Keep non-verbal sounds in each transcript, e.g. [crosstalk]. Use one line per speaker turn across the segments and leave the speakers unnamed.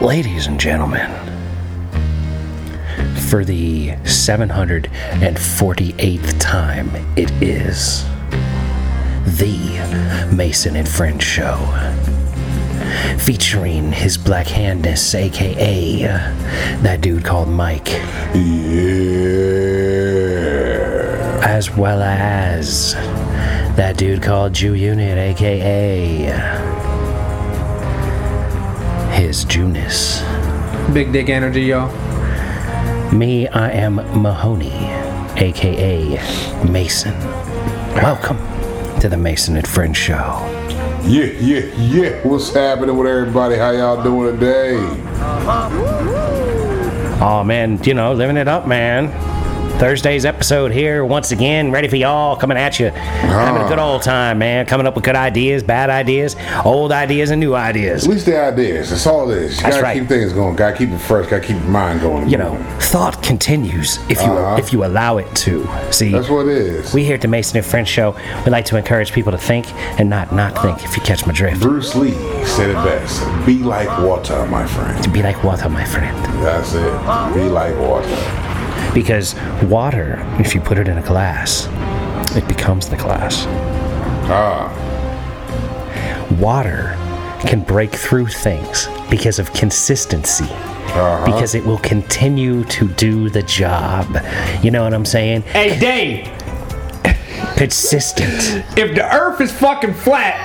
Ladies and gentlemen, for the 748th time, it is the Mason and Friend Show. Featuring his black handness, aka uh, that dude called Mike,
Yeah.
as well as that dude called Jew Unit, aka his Junus.
Big dick energy, y'all.
Me, I am Mahoney, aka Mason. Welcome to the Mason and Friend Show.
Yeah, yeah, yeah. What's happening with everybody? How y'all doing today?
Oh man, you know, living it up, man. Thursday's episode here once again, ready for y'all, coming at you. Having a good old time, man. Coming up with good ideas, bad ideas, old ideas, and new ideas.
At least the ideas. That's all it is. You
That's
gotta
right.
keep things going. Gotta keep it fresh. Gotta keep your mind going.
You know, thought continues if you
Uh-huh.
if you allow it to. See,
That's what it is.
we here at the Mason and Friend Show, we like to encourage people to think and not not think. If you catch my drift,
Bruce Lee said it best. Be like water, my friend.
be like water, my friend.
That's it. Be like water.
Because water, if you put it in a glass, it becomes the glass.
Ah,
Water can break through things because of consistency. Because it will continue to do the job. You know what I'm saying?
Hey, Dave,
Persistent.
if the earth is fucking flat,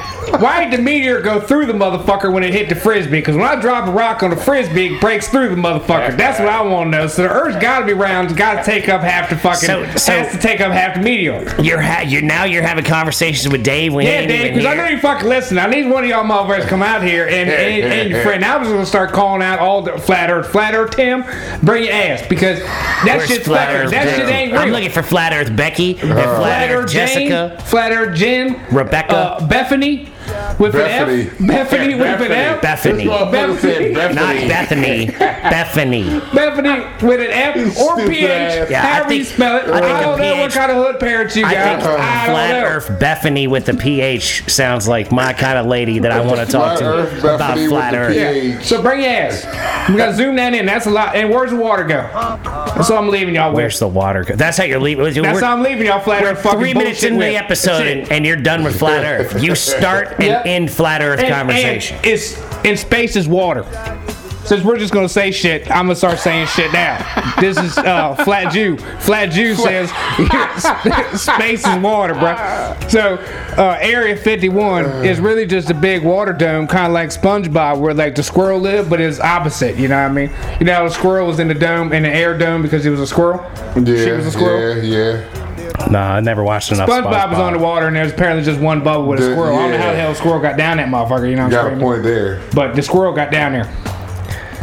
why did the meteor go through the motherfucker when it hit the frisbee? Because when I drop a rock on the frisbee, it breaks through the motherfucker. That's what I want to know. So the earth's got to be round, it's got to take up half the fucking,
So- so-
has to take up half the meteor.
You're ha- you're now you're having conversations with Dave when he
Yeah,
ain't
Dave,
even
because I
here.
know you fucking listen. I need one of y'all motherfuckers to come out here and,
[laughs]
and, and your friend. I was going to start calling out all the flat earth, flat earth, Tim, bring your ass because that
Where's
shit's
Flat
flat earth.
Earth
That
Jim?
shit ain't real.
I'm looking for Flat Earth Becky and Flat
Flatter
Earth Jessica.
Jane, Flatter Jen,
Rebecca.
uh, Bethany, with
Bethany.
an F, Bethany with an F,
Bethany.
This motherfucker said
Not
Bethany.
[laughs]
Bethany. Bethany.
Bethany with an F or
Stupid
PH.
ass.
Yeah, I
however
think-
you spell it.
I think
I,
the
don't know what
PH
kind of hood parents you
I
got.
Uh,
think
I don't
Flat
know.
Earth Bethany with the PH sounds like my kind of lady that I want to talk
Flat
to
Earth
about
Bethany with
Flat
the
Earth.
PH.
Yeah. So bring your ass. We gotta zoom that in. That's a lot. And where's the water go? That's all I'm leaving y'all
Where's
with.
the water? go- That's how you're leaving.
That's
we're
all I'm leaving y'all flat earth fucking
three minutes
bullshit
into
with.
the episode
Shit.
and, and you're done with Flat Earth. You start and
Yep.
end Flat Earth
And-
conversation.
And it's in space is water. Since we're just gonna say shit, I'm gonna start saying shit now. This is uh, Flat Jew. Flat Jew says [laughs] space is water, bro. So uh, Area 51 is really just a big water dome, kind of like SpongeBob, where like the squirrel lived, but it's opposite. You know what I mean? You know how the squirrel was in the dome, in the air dome, because he was a squirrel.
Yeah,
she was a squirrel.
yeah, yeah.
nah, I never watched enough SpongeBob.
SpongeBob was on the water, and there's apparently just one bubble with
The-
a squirrel. I don't know how
yeah.
the hell a squirrel got down that motherfucker. You know what I'm
Got a
saying?
point there.
But the squirrel got down there.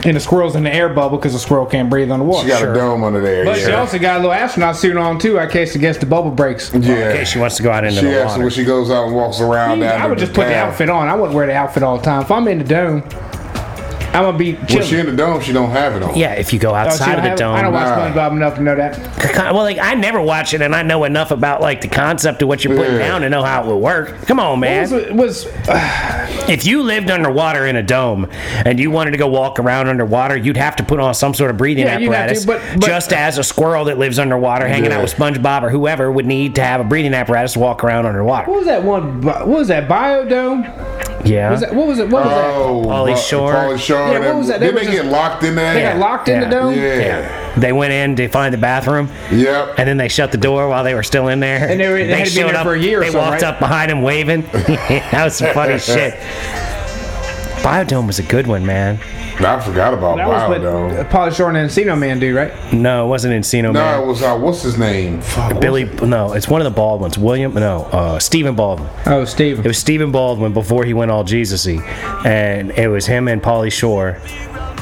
And the squirrel's in the air bubble because the squirrel can't breathe on the water.
She got a dome under there.
But she
yeah.
also got a little astronaut suit on too, in case against the bubble breaks.
yeah.
In case Oh, she wants to go out into
She
the
actually,
water.
when she goes out and walks around, down
I would
to
just put the
town,
outfit on. I wouldn't wear the outfit all the time. If I'm in the dome, I'm gonna be
When she
chilling.
in the dome, she don't have it on.
yeah, if you go
Oh, she
outside
don't
of the
have- I don't
dome.
watch
Nah.
SpongeBob enough to know that.
Well, like I never watch it, and I know enough about like the concept of what you're putting
Yeah.
down to know how it will work. Come on, man.
Was, was
If you lived underwater in a dome and you wanted to go walk around underwater, you'd have to put on some sort of breathing
Yeah, you'd have to,
apparatus.
but- but-
just as a squirrel that lives underwater hanging out
Yeah.
with SpongeBob or whoever would need to have a breathing apparatus to walk around underwater.
what was that one? bi- What was that biodome?
Yeah.
Was that, what was it? What was that?
Oh,
Pauly
Pauly
Shore.
Pauly Shore.
Yeah, what
that-
was that? They
Didn't
was
they
just-
get locked in there?
They got locked in the
Yeah.
dome.
Yeah.
They went in to find the bathroom.
Yep.
And then they shut the door while they were still in there.
And they were- they had to be in
showed
there
up,
for a year or
They
something,
walked
right?
up behind him waving. [laughs] that was some
[laughs]
funny shit. Biodome was a good one, man.
I forgot about
That was what
Biodome.
Paul Shore and Encino Man do, right?
No, it wasn't Encino Man.
No, it was uh, what's his name? Fuck, what
Billy,
was
no, it's one of the Baldwins. William, no, uh, Stephen Baldwin.
Oh, Steve.
It was Stephen Baldwin before he went all Jesus-y, and it was him and Pauly Shore,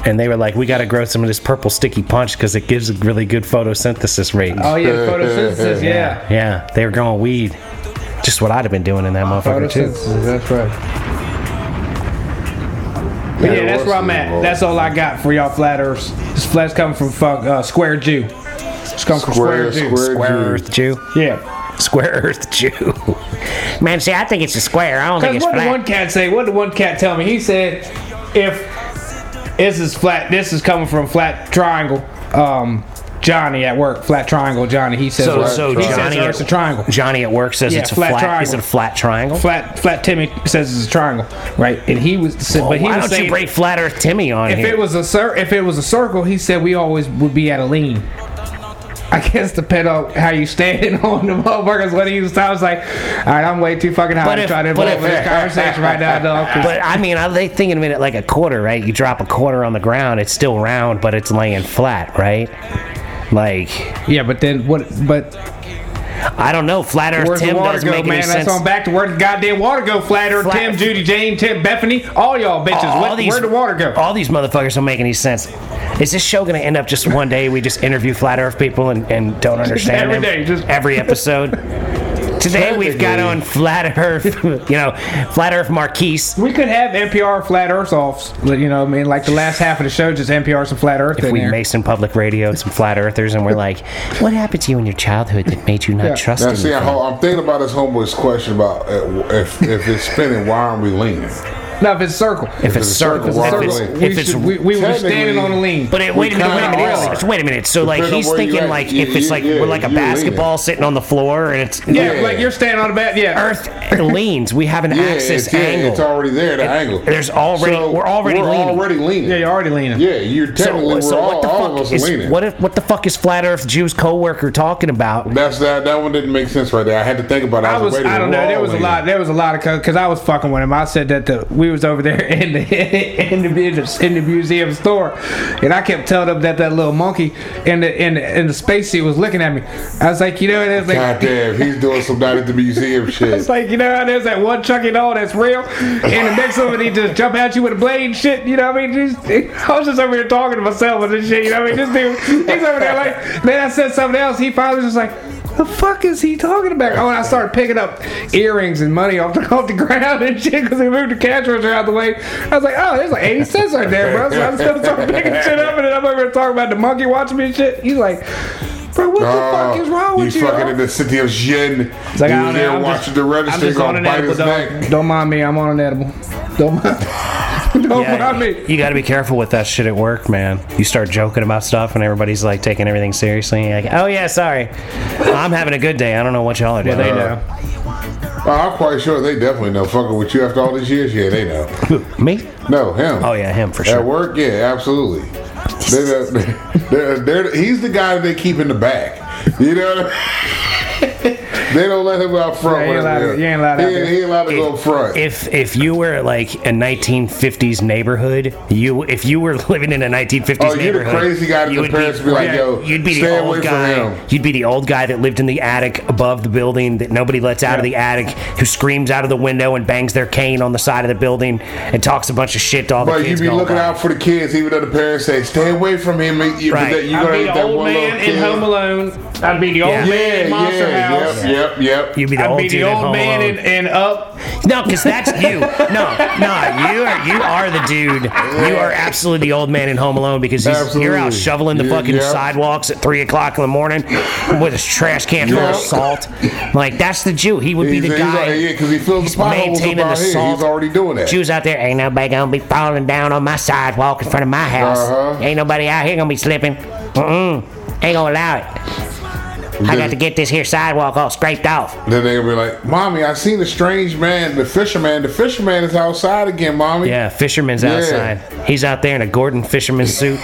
and they were like, "We got to grow some of this purple sticky punch because it gives a really good photosynthesis rate."
Oh yeah,
[laughs]
photosynthesis. Yeah.
Yeah, they were growing weed, just what I'd have been doing in that motherfucker too.
Photosynthesis, that's right. But yeah, that's where I'm at. That's all I got for y'all flat earths. This flat's coming from fuck, uh, Square Jew. It's coming from Square,
Square,
Jew.
square,
Square
Jew.
Earth Jew,
Yeah.
Square Earth Jew. Man, see, I think it's a square. I don't think
Because
it's
what did
flat.
one cat say? What did one cat tell me? He said, if This is flat. This is coming from Flat Triangle. Um, Johnny at work. Flat Triangle. Johnny. He says.
So,
uh,
so
he
triangle.
Johnny,
says,
at,
"Oh, it's a triangle.
Johnny at work says
Yeah,
it's a
flat
flat.
triangle.
Is it a flat triangle?
Flat Flat Timmy says it's a triangle, right? And he was,
Well,
but he
Oh, why
was
don't
saying
you break Flat Earth Timmy on
if
here?
it was a cir- if it was a circle, he said we always would be at a lean. I guess depend on how you standing [laughs] on the motherfuckers. What he was, I was like, all right, I'm way too fucking high
But
to
if-
try to
but
involve in
if- [laughs]
this conversation right now, dog. 'cause- [laughs]
but I mean, I they thinking of it like a quarter, right? You drop a quarter on the ground, it's still round, but it's laying flat, right? Like
yeah, but then what? But
I don't know. Flat Earth
where's
Tim
the water
doesn't
go,
make
man?
any
That's
sense.
on back to where the goddamn water go. Flatter,
Flat-
Tim, Judy, Jane, Tim, Bethany, all y'all bitches.
all
Where,
these-
where'd the water go?
All these motherfuckers don't make any sense. Is this show going to end up just one day we just interview flat Earth people and, and don't understand
every
them?
day, just-
every
[laughs]
episode. Today we've got on flat Earth, [laughs] you know, flat Earth Marquise.
we could have NPR flat Earth offs. You know, what I mean, like the last half of the show, just NPR some flat Earth.
If
in
we
there.
Mason Public Radio and some flat Earthers, and we're like, what happened to you in your childhood that made you not
Yeah.
trust
Now,
anything?
see, I, ho- I'm thinking about this homeboy's question about uh, if if it's spinning, why aren't we leaning?
No, if it's circle.
If it's
it's a circle,
circles,
why
if
aren't
it's,
we-
we,
if it's
should- we, we were
technically-
standing on the lean.
But it, wait a minute, wait a
kinda
minute,
are.
it's- wait a minute. So like
Depending
he's
on where you
thinking
at,
like
you-
if it's
you-
like
yeah,
we're like a
you leaning.
basketball sitting on the floor and it's
yeah,
Yeah.
like you're standing on the bat. Yeah,
Earth leans. We have an
Yeah,
axis
it's, yeah,
angle.
it's already there. The angle.
there's already- we're already
we're
leaning.
already leaning.
Yeah, you're already leaning.
Yeah, you're technically we're all, all of us
is
are leaning.
what if what the fuck is flat Earth Jew's coworker talking about?
That's that. That one didn't make sense right there. I had to think about it.
I was.
wait a
I don't
minute, we're
know. There
all
was a
leaning.
lot. There was a lot of because I was fucking with him. I said that the we was over there [laughs] in the in the in the, in the museum store, and I kept telling him that that little monkey in the in the, in the spacesuit was looking at me. I was like, you know, there's
God
like.
damn, he's doing some night at the museum shit.
[laughs] It's like you know how there's that one Chucky doll that's real, and the next one he just jump at you with a blade, and shit. You know what I mean? Just, I was just over here talking to myself with this shit. You know what I mean? This dude, he's over there like. Then I said something else. He finally was just like, "The fuck is he talking about?" Oh, and I started picking up earrings and money off the [laughs] off the ground and shit because they moved the cash register out the way. I was like, "Oh, there's like 80 cents right there, bro." So I still [laughs] started picking shit up, and then I'm over here talking about the monkey watching me and shit. He's like. Bro, what the fuck is wrong with you?
Oh, fucking
dog?"
in the city of Jen.
It's like,
he
I
was
don't
there
know. I'm
watching
just,
the
I'm
register
just on
going
an
bite
edible,
his neck.
dog. Don't mind me. I'm on an edible. Don't mind. Don't mind me. [laughs]
you got to be careful with that shit at work, man. You start joking about stuff and everybody's like taking everything seriously. And you're like, oh yeah, sorry, I'm having a good day. I don't know what y'all are doing.
They know.
Oh, I'm quite sure they definitely know fucking with you after all these years. Yeah, they know.
[laughs] Me?
No, him.
Oh yeah, him for
At
sure.
work, yeah, absolutely. They're the, [laughs] they're, they're, he's the guy that they keep in the back. You know what I mean? [laughs] They don't let him out front.
Yeah, he ain't allowed to-
whenever-
he
he,
ain't allowed out there.
he ain't allowed to go up front.
If if you were like a 1950s neighborhood, you if you were [laughs] living in a 1950s
Oh, you're the
neighborhood,
crazy guy that
you
the parents be like,
right,
"Yo,
you'd be
stay
the old
away from him."
guy. You'd be the old guy that lived in the attic above the building that nobody lets out of the attic, who screams out of the window and bangs their cane on the side of the building and talks a bunch of shit to all the
But you
kids.
be
going
looking
by.
out for the kids, even though the parents say, stay away from him. and You,
Right.
but that, you
I'd
gonna
be
hit
the
that
old
one little
man in
kid.
Home Alone. I'd be the old
Yeah.
man
Yeah,
in Monster
yeah,
House.
yep, yep, yep.
You'd be the
I'd
old
be the
dude at
old
Home
man
Alone.
in, in Up.
No, because that's you. No, no, you are you are the dude. You are absolutely the old man in Home Alone because he's, you're out
Absolutely.
shoveling the
Yeah,
fucking
yeah.
sidewalks at three o'clock in the morning with his trash can full
Yeah.
of salt. Like that's the Jew. He would be
He's,
the
he's
guy.
like, yeah, because he feels
he's
the potholes up
maintaining the
out here.
salt.
He's already doing that.
Jews out there, ain't nobody gonna be falling down on my sidewalk in front of my house.
Uh-huh.
Ain't nobody out here gonna be slipping. Mm-mm. Ain't gonna allow it. I got to get this here sidewalk all scraped off.
Then they'll be like, Mommy, I seen a strange man, the fisherman. The fisherman is outside again, Mommy.
Yeah, fisherman's
Yeah.
outside. He's out there in a Gordon fisherman
[laughs]
suit,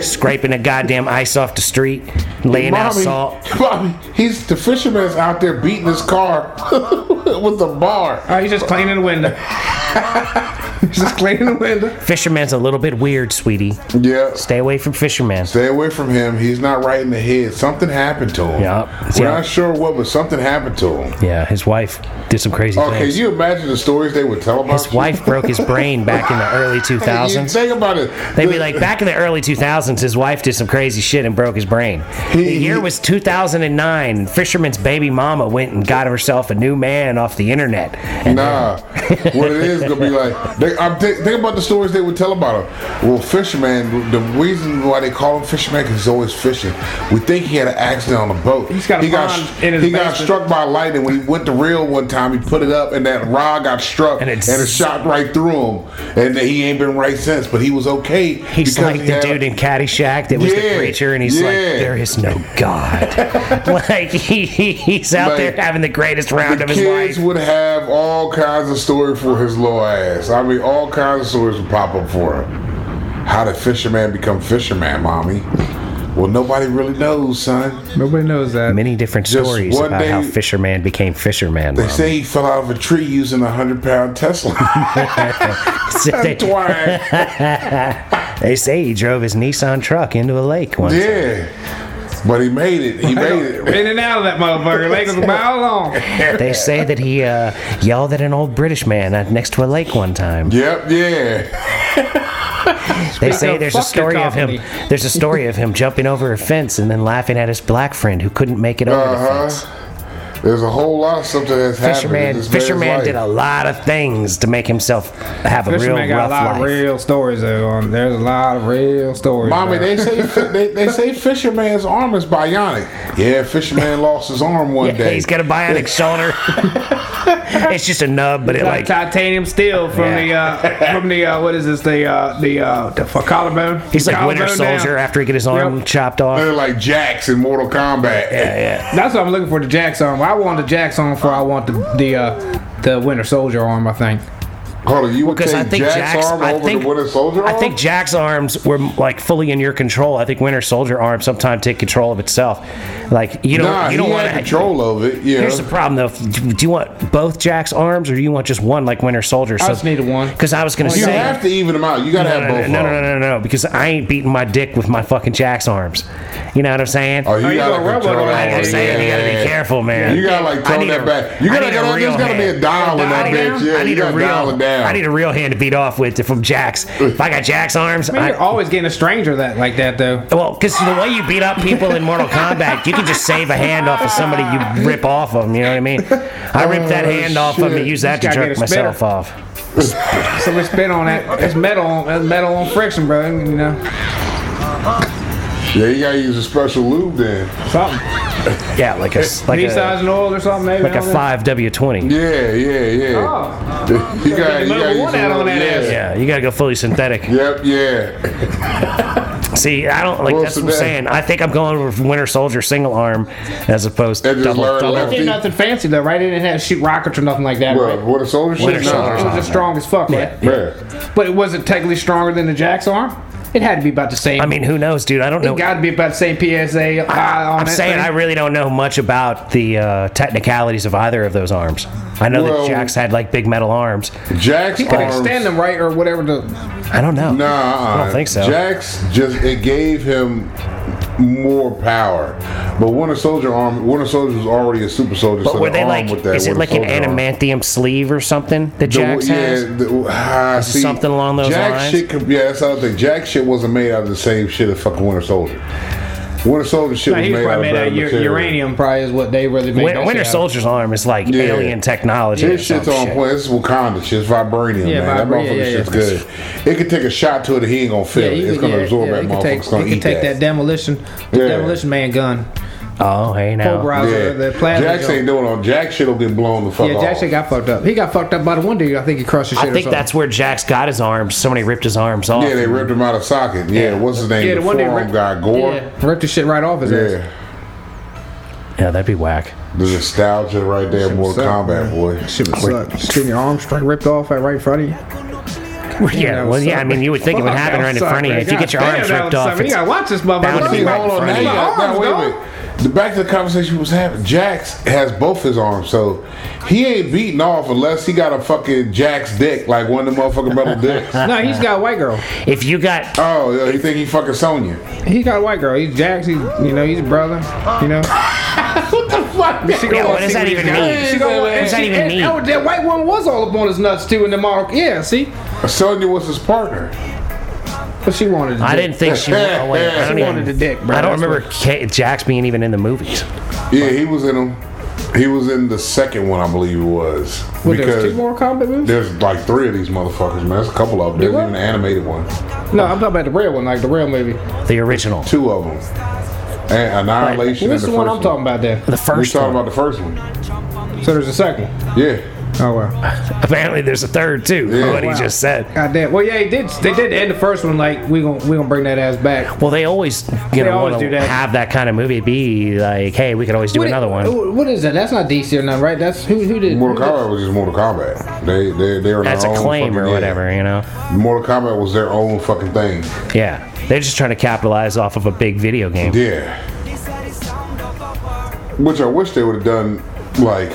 scraping the goddamn ice off the street, laying out
Mommy,
salt.
[laughs] Mommy, he's the fisherman's out there beating his car [laughs] with the bar.
Oh, he's just cleaning the window. [laughs] he's just cleaning the window.
Fisherman's a little bit weird, sweetie.
Yeah.
Stay away from fisherman.
Stay away from him. He's not right in the head. Something happened to him.
Yup.
We're
Yeah.
not sure what, but something happened to him.
Yeah, his wife did some crazy
Oh, can
things.
you imagine the stories they would tell about
his
you?
wife broke his brain back in the
[laughs]
early
You
2000s.
think about it.
They'd be like, back in the early 2000s, his wife did some crazy shit and broke his brain. The
He-
year was 2009. Fisherman's baby mama went and got herself a new man off the internet. And
Nah, what it is niggas
[laughs]
gonna be like, they, I'm th- think about the stories they would tell about him. Well, fisherman, the reason why they call him fisherman because he's always fishing. We think he had an accident on a boat.
He's got a
he got,
pond
st-
in his
he got
basement.
struck by lightning when he went to rail one time. He put it up and that rod got struck
And
and
it
it, shot right through him. And he ain't been right since. But he was okay.
He's
because
like
he
the
had a-
dude in Caddyshack that was the
Yeah,
preacher, and he's like,
yeah.
"There is no
[laughs]
God." like he, he- he's out
Like,
there having the greatest round
the
of his
kids
life.
would have all kinds of story for his little ass. I mean, all kinds of stories would pop up for him. How did fisherman become fisherman, mommy? Well, nobody really knows, son.
Nobody knows that.
Many different
Just
stories
one
about how
day-
fisherman became
[laughs]
fisherman.
They
Mom.
say he fell out of a tree using a hundred
[laughs]
pound Tesla.
they,
Twang.
they say he drove his Nissan truck into a lake once.
[laughs] Yeah, but he made it. He made it.
In and out of that motherfucker. Lake was a mile long.
They say that he uh, yelled at an old British man uh, next to a lake one time.
Yep. Yeah.
They
Speaking
say
of
there's a
fuck your
story of him.
company.
There's a story of him jumping over a fence and then laughing at his black friend who couldn't make it over the
Uh
fence.
huh. There's a whole lot of stuff that has happened. in
Fisherman,
this man's
fisherman
life.
did a lot of things to make himself have a real
Fisherman got a
rough
lot
life.
of real stories though. On there's a lot of real stories.
Mommy,
bro.
they say they, they say Fisherman's arm is bionic. Yeah, Fisherman lost his arm one
yeah,
day.
he's got a
[laughs]
bionic shoulder. [laughs] it's just a nub, but it
like
like
titanium steel from the uh, from the uh, what is this the uh, the uh, the for collarbone.
he's like
Collarbone
Winter Soldier
down.
after he get his arm
Yep.
chopped off.
They're like Jax in Mortal Kombat.
Yeah, yeah.
That's what I'm looking for the Jax arm. I want the Jax arm for I want the the uh, the Winter Soldier arm. I think.
Hold on, you would
Because I
take
think
Jack's,
Jack's,
arm
I
over
think,
the Winter Soldier arm?
I think Jack's arms were like fully in your control. I think Winter Soldier arms sometimes take control of itself. Like you don't,
nah,
you
he
don't
had
want to
control of it. Yeah,
Here's the problem, though. Do you want both Jack's arms, or do you want just one, like Winter Soldier?
I just needed one.
Because I was going to
you
say,
have to even them out. You gotta
no, no,
have
no,
both.
no,
of
no,
them.
no, no, no, because I ain't beating my dick with my fucking Jack's arms. You know what I'm saying?
Oh, you,
you
gotta
gonna rub
control
on it.
it.
I know what I'm saying. You gotta be careful, man.
You gotta like
I
tone
need
that
a-
back. You
I
gotta,
need a
gotta
real
there's gotta be a
hand.
dial in that
Dial down?
bitch. Yeah,
I
you
need a
gotta
real.
dial it down.
I need a real hand to beat off with from Jack's. If I got Jack's arms,
I mean,
I,
you're always getting a stranger that like that though.
well, because the way you beat up people in Mortal Kombat, you can just save a hand off of somebody you rip off of them. You know what I mean? I ripped that
Oh,
hand off of him
shit.
and used that to
Just gotta
jerk
get a spitter.
myself off.
So we spit on that. It's metal on that's metal on friction, bro. You know
yeah, you gotta use a special lube then.
something.
Yeah, like a s- like
Nissan's
a
and oil or something maybe.
like
I
a
don't know.
five W twenty.
Yeah, yeah, yeah.
Oh.
You gotta, you
Number
gotta use
one
a
out
little-
on that ass.
yeah.
Yeah, you gotta go fully synthetic.
Yep, yeah.
See, I don't like
Well,
that's what I'm
today-
saying. I think I'm going with Winter Soldier single arm as opposed to
And just
double.
learn
double.
left.
It did nothing fancy though, right? It didn't have to shoot rockets or nothing like that,
Well,
right?
what a soldier
Winter
shit?
It was
Soldier.
Nah.
just strong as fuck, right?
Man.
But it wasn't technically stronger than the Jack's arm. It had to be about the same.
I mean, who knows, dude? I don't know.
it got to be about the same PSA high uh, on
I'm
it.
saying I really don't know much about the uh, technicalities of either of those arms. I know that
Well-
Jax had like big metal arms.
Jack's
You could
arms-
extend them, right, or whatever. The
I don't know.
Nah,
I don't think so.
Jax just it gave him more power, but Winter Soldier arm, Winter Soldier was already a super soldier.
but
so
were
the
they
arm
like?
with that
Is it
Winter
like an
Soldier arm.
adamantium sleeve or something that
The-
Jax has?
the- ah, see,
something along those
Jax
lines?
Shit could, yeah, that's another thing. Jack shit wasn't made out of the same shit as fucking Winter Soldier. Winter Soldier shit was
he was
made out of
probably made out
better
of u-
material.
uranium, probably is what they really made.
Win-
that
Winter
shit out of.
Soldier's arm is like
Yeah.
alien technology. or
His shit's
some
on
shit.
point. This is Wakanda shit. It's vibranium,
Yeah,
man.
vibra- yeah,
that motherfucker
yeah, yeah.
shit's good. It could take a shot to it. He ain't gonna feel it.
you
It's
could-
gonna absorb
yeah,
that
you could
motherfucker.
take,
It's gonna
you could
eat
take
that.
that demolition, the
Yeah.
demolition man gun,
Oh, hey now.
pulverizer, the plasma.
Jax
gun.
ain't doing all. Jack shit'll get blown the fuck
yeah,
off.
Jackson got fucked up. He got fucked up by the one dude. I think he crushed his shit.
I
or
think
something.
that's where Jax got his arms. Somebody ripped his arms off.
Yeah, they ripped him out of socket. Yeah, what's his name?
yeah. The one dude
forearm
ripped-
guy, Gore. Yeah.
Yeah, ripped the shit right off his ass.
Yeah, that'd be whack.
The nostalgia right there, Mortal
suck,
Kombat, boy.
Shit would suck. Just getting your arm straight ripped off right in front of you.
Yeah,
that
well,
was
yeah. I
something.
mean, you would think it would
[laughs] Fuck,
happen
that
right in
was
front of you
something.
if you get your
God
arms
damn, that
ripped
was
off.
something. You
it's-
gotta watch this
That would
See,
be
motherfucker.
right
hold
in front
on. Now, you
of
got, now
you.
wait a
Arms,
minute. The back to the conversation was having. Jax has both his arms, so he ain't beating off unless he got a fucking Jax dick, like one of the motherfucking metal
[laughs]
dicks.
No, he's got a white girl.
If you got
Oh, yeah, he think he fucking Sonya.
He got a white girl. He's Jax. He's you know he's a brother. You
[laughs]
know. what the fuck?
Yeah, what does that even mean?
She gonna,
What
and
does that
she-
even
and-
mean?
Oh, that white one was all up on his nuts too in the model. Yeah, see,
Uh, Sonya was his partner.
but she wanted. To
I
do-
didn't think she went away. I
She
don't
wanted
even.
the dick, bro.
I don't
That's
remember K- Jax being even in the movies.
Yeah, he was in him. He was in the second one, I believe it was.
What, there's two more combat movies?
There's like three of these motherfuckers, man. There's a couple of them. There's
what?
even an animated one.
No, I'm talking about the real one, like the real movie. Well,
The original.
Two of them. And Annihilation.
this
and
is
the
the one
first
I'm talking about there.
The
We
first
talking
one.
about the first one.
So there's a second one.
Yeah.
Oh, well.
Apparently, there's a third too.
Yeah.
What he
Wow.
just said.
God damn. Well, yeah, they did. They did end the first one like we gonna we gonna bring that ass back.
Well, they always you know
always
want
do
to
that.
have that kind of movie be like, hey, we could always do
What Oh. i-
another one.
What is that? That's not DC or nothing, right? That's who who did.
Mortal Kombat was just Mortal Kombat. They they they were
That's
their
a
own
claim or
Oh, fucking- yeah.
whatever, you know.
Mortal Kombat was their own fucking thing.
Yeah, they're just trying to capitalize off of a big video game.
Yeah. Which I wish they would have done. Like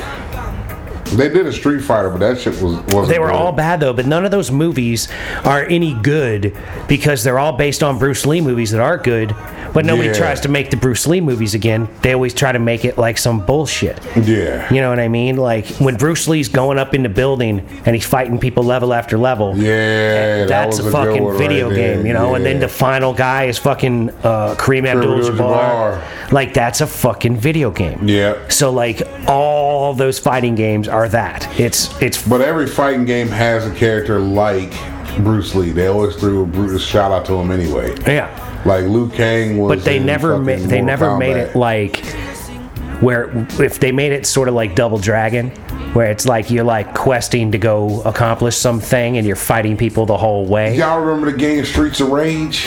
they did a Street Fighter, but that shit was wasn't.
They were
good.
all bad though, but none of those movies are any good because they're all based on Bruce Lee movies that are good. But nobody
Yeah.
tries to make the Bruce Lee movies again. They always try to make it like some bullshit.
Yeah.
You know what I mean? Like when Bruce Lee's going up in the building and he's fighting people level after level.
Yeah. that
That's
was
a
good
fucking
one right
video
there.
game, you know. And then
Yeah.
the final guy is fucking uh, Kareem Abdul-Jabbar.
Abdul-Jabbar.
Like that's a fucking video game.
yeah.
So like all those fighting games are that. It's it's
But every fighting game has a character like Bruce Lee. They always threw a Bruce shout out to him anyway.
yeah.
Like Luke Kang was.
but they
in
never
fucking
made they
Mortal
never made it
Kombat.
like where if they made it sort of like Double Dragon, where it's like you're like questing to go accomplish something and you're fighting people the whole way.
Y'all remember the game Streets of Rage?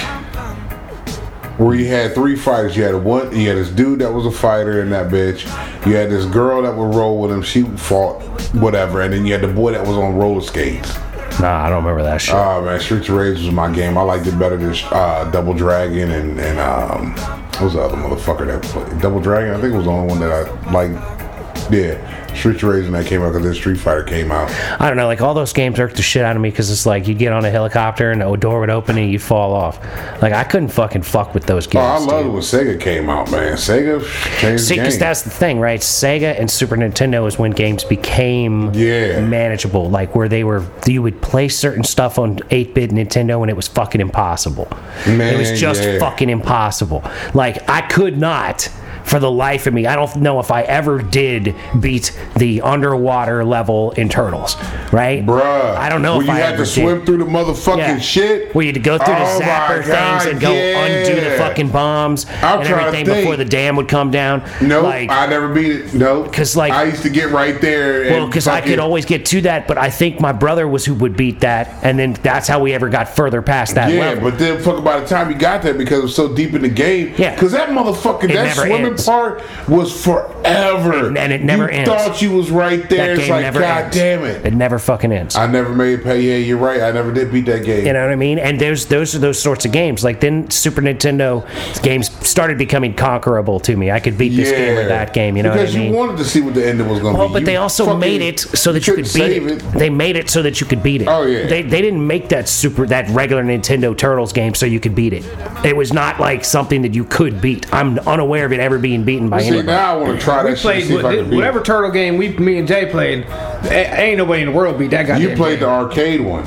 Where you had three fighters. You had one. You had this dude that was a fighter in that bitch. You had this girl that would roll with him. She fought whatever, and then you had the boy that was on roller skates.
Nah, I don't remember that shit.
Oh man, Streets of Rage was my game. I liked it better than uh, Double Dragon and and um, what was the other motherfucker that played Double Dragon? I think it was the only one that I liked. Yeah, Streets of Rage when that came out because then Street Fighter came out.
I don't know. Like all those games irked the shit out of me because it's like you'd get on a helicopter and the door would open and you'd fall off. Like I couldn't fucking fuck with those
Oh,
games.
I loved
dude.
it when Sega came out, man. Sega changed
See,
the
because
game.
that's the thing, right? Sega and Super Nintendo is when games became
Yeah.
manageable, like where they were. You would play certain stuff on 8-bit Nintendo, and it was fucking impossible. it was
Man,
just
yeah.
fucking impossible. Like I could not. For the life of me, I don't know if I ever did beat the underwater level in Turtles, right?
Bruh,
I don't know if
When you
I
had
ever
to swim
did.
through the motherfucking
Yeah.
shit.
Where you'd go through
Oh
the
my
zapper
God,
things and go
yeah.
undo the fucking bombs
I'm
and
trying to
everything
think.
before the dam would come down.
Nope,
Like-
I never beat it. Nope,
'Cause, like-
I used to get right there.
Well,
and
because I
fucking-
could always get to that, but I think my brother was who would beat that, and then that's how we ever got further past that
Yeah,
level.
but then fuck by the time you got there because it was so deep in the game.
Yeah.
Because that motherfucker,
It
that
never
swimming
ends.
part was forever.
And- and it never
you
ends.
thought you was right there.
that
It's like, God damn it.
It never fucking ends.
I never made pay. Yeah, you're right. I never did beat that game.
you know what I mean? And there's those are those sorts of games. Like then Super Nintendo games started becoming conquerable to me. I could beat this game or that game. You know
because
what I mean?
you wanted to see what the ending was going to
Well,
be.
but
You
they also
fucking-
made it so that you could
couldn't
beat
save
it. They made it so that you could beat it.
Oh, yeah.
They, they didn't make that super that regular Nintendo Turtles game so you could beat it. It was not like something that you could beat. I'm unaware of it ever being beaten by
See,
anybody.
now I want to try
We
that shit. and
played
See if I
wha-
can beat
whatever [laughs]
it.
turtle game we, me and Jay played. a- Ain't nobody in the world beat that guy.
You played the arcade one,